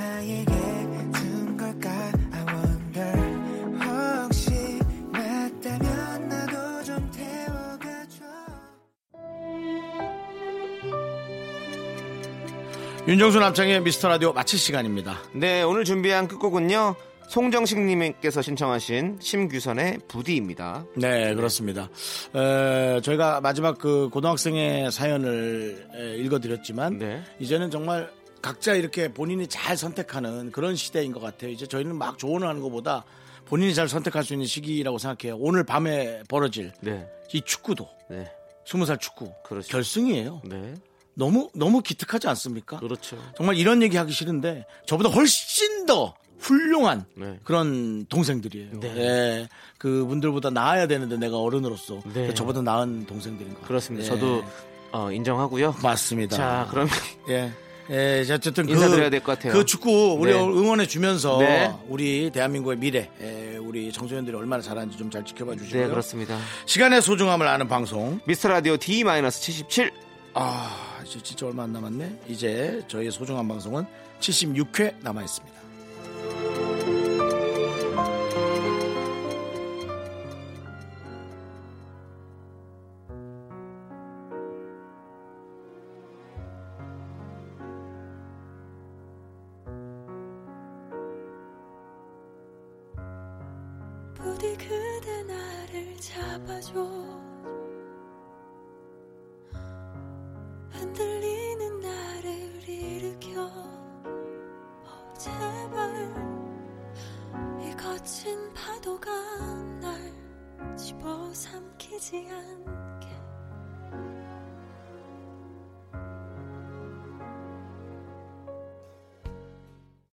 S1: 윤정수 남창의 미스터 라디오 마칠 시간입니다.
S2: 네, 오늘 준비한 끝곡은요. 송정식님께서 신청하신 심규선의 부디입니다.
S1: 네, 그렇습니다. 에, 저희가 마지막 그 고등학생의 사연을 에, 읽어드렸지만
S2: 네.
S1: 이제는 정말 각자 이렇게 본인이 잘 선택하는 그런 시대인 것 같아요. 이제 저희는 막 조언을 하는 것보다 본인이 잘 선택할 수 있는 시기라고 생각해요. 오늘 밤에 벌어질
S2: 네,
S1: 이 축구도
S2: 네,
S1: 스무 살 축구
S2: 그렇죠.
S1: 결승이에요.
S2: 네.
S1: 너무 너무 기특하지 않습니까?
S2: 그렇죠.
S1: 정말 이런 얘기 하기 싫은데 저보다 훨씬 더 훌륭한
S2: 네.
S1: 그런 동생들이에요.
S2: 네.
S1: 예, 그분들보다 나아야 되는데 내가 어른으로서 그러니까
S2: 네.
S1: 저보다 나은 동생들인 것 같아요.
S2: 그렇습니다.
S1: 예.
S2: 저도 어, 인정하고요.
S1: 맞습니다.
S2: 자, 그럼
S1: 예. 예, 이제 어쨌든
S2: 인사드려야
S1: 그,
S2: 될것 같아요.
S1: 그 축구 우리
S2: 네.
S1: 응원해 주면서
S2: 네.
S1: 우리 대한민국의 미래, 예, 우리 청소년들이 얼마나 잘하는지 좀 잘 지켜봐 주시고요.
S2: 네, 그렇습니다.
S1: 시간의 소중함을 아는 방송.
S2: 미스터 라디오 D-77
S1: 아, 이제 진짜 얼마 안 남았네. 이제 저희의 소중한 방송은 76회 남아 있습니다.
S4: 부디 그대 나를 잡아줘 흔들리는 나를 일으켜 어, 제발 이 거친 파도가 날 집어삼키지 않게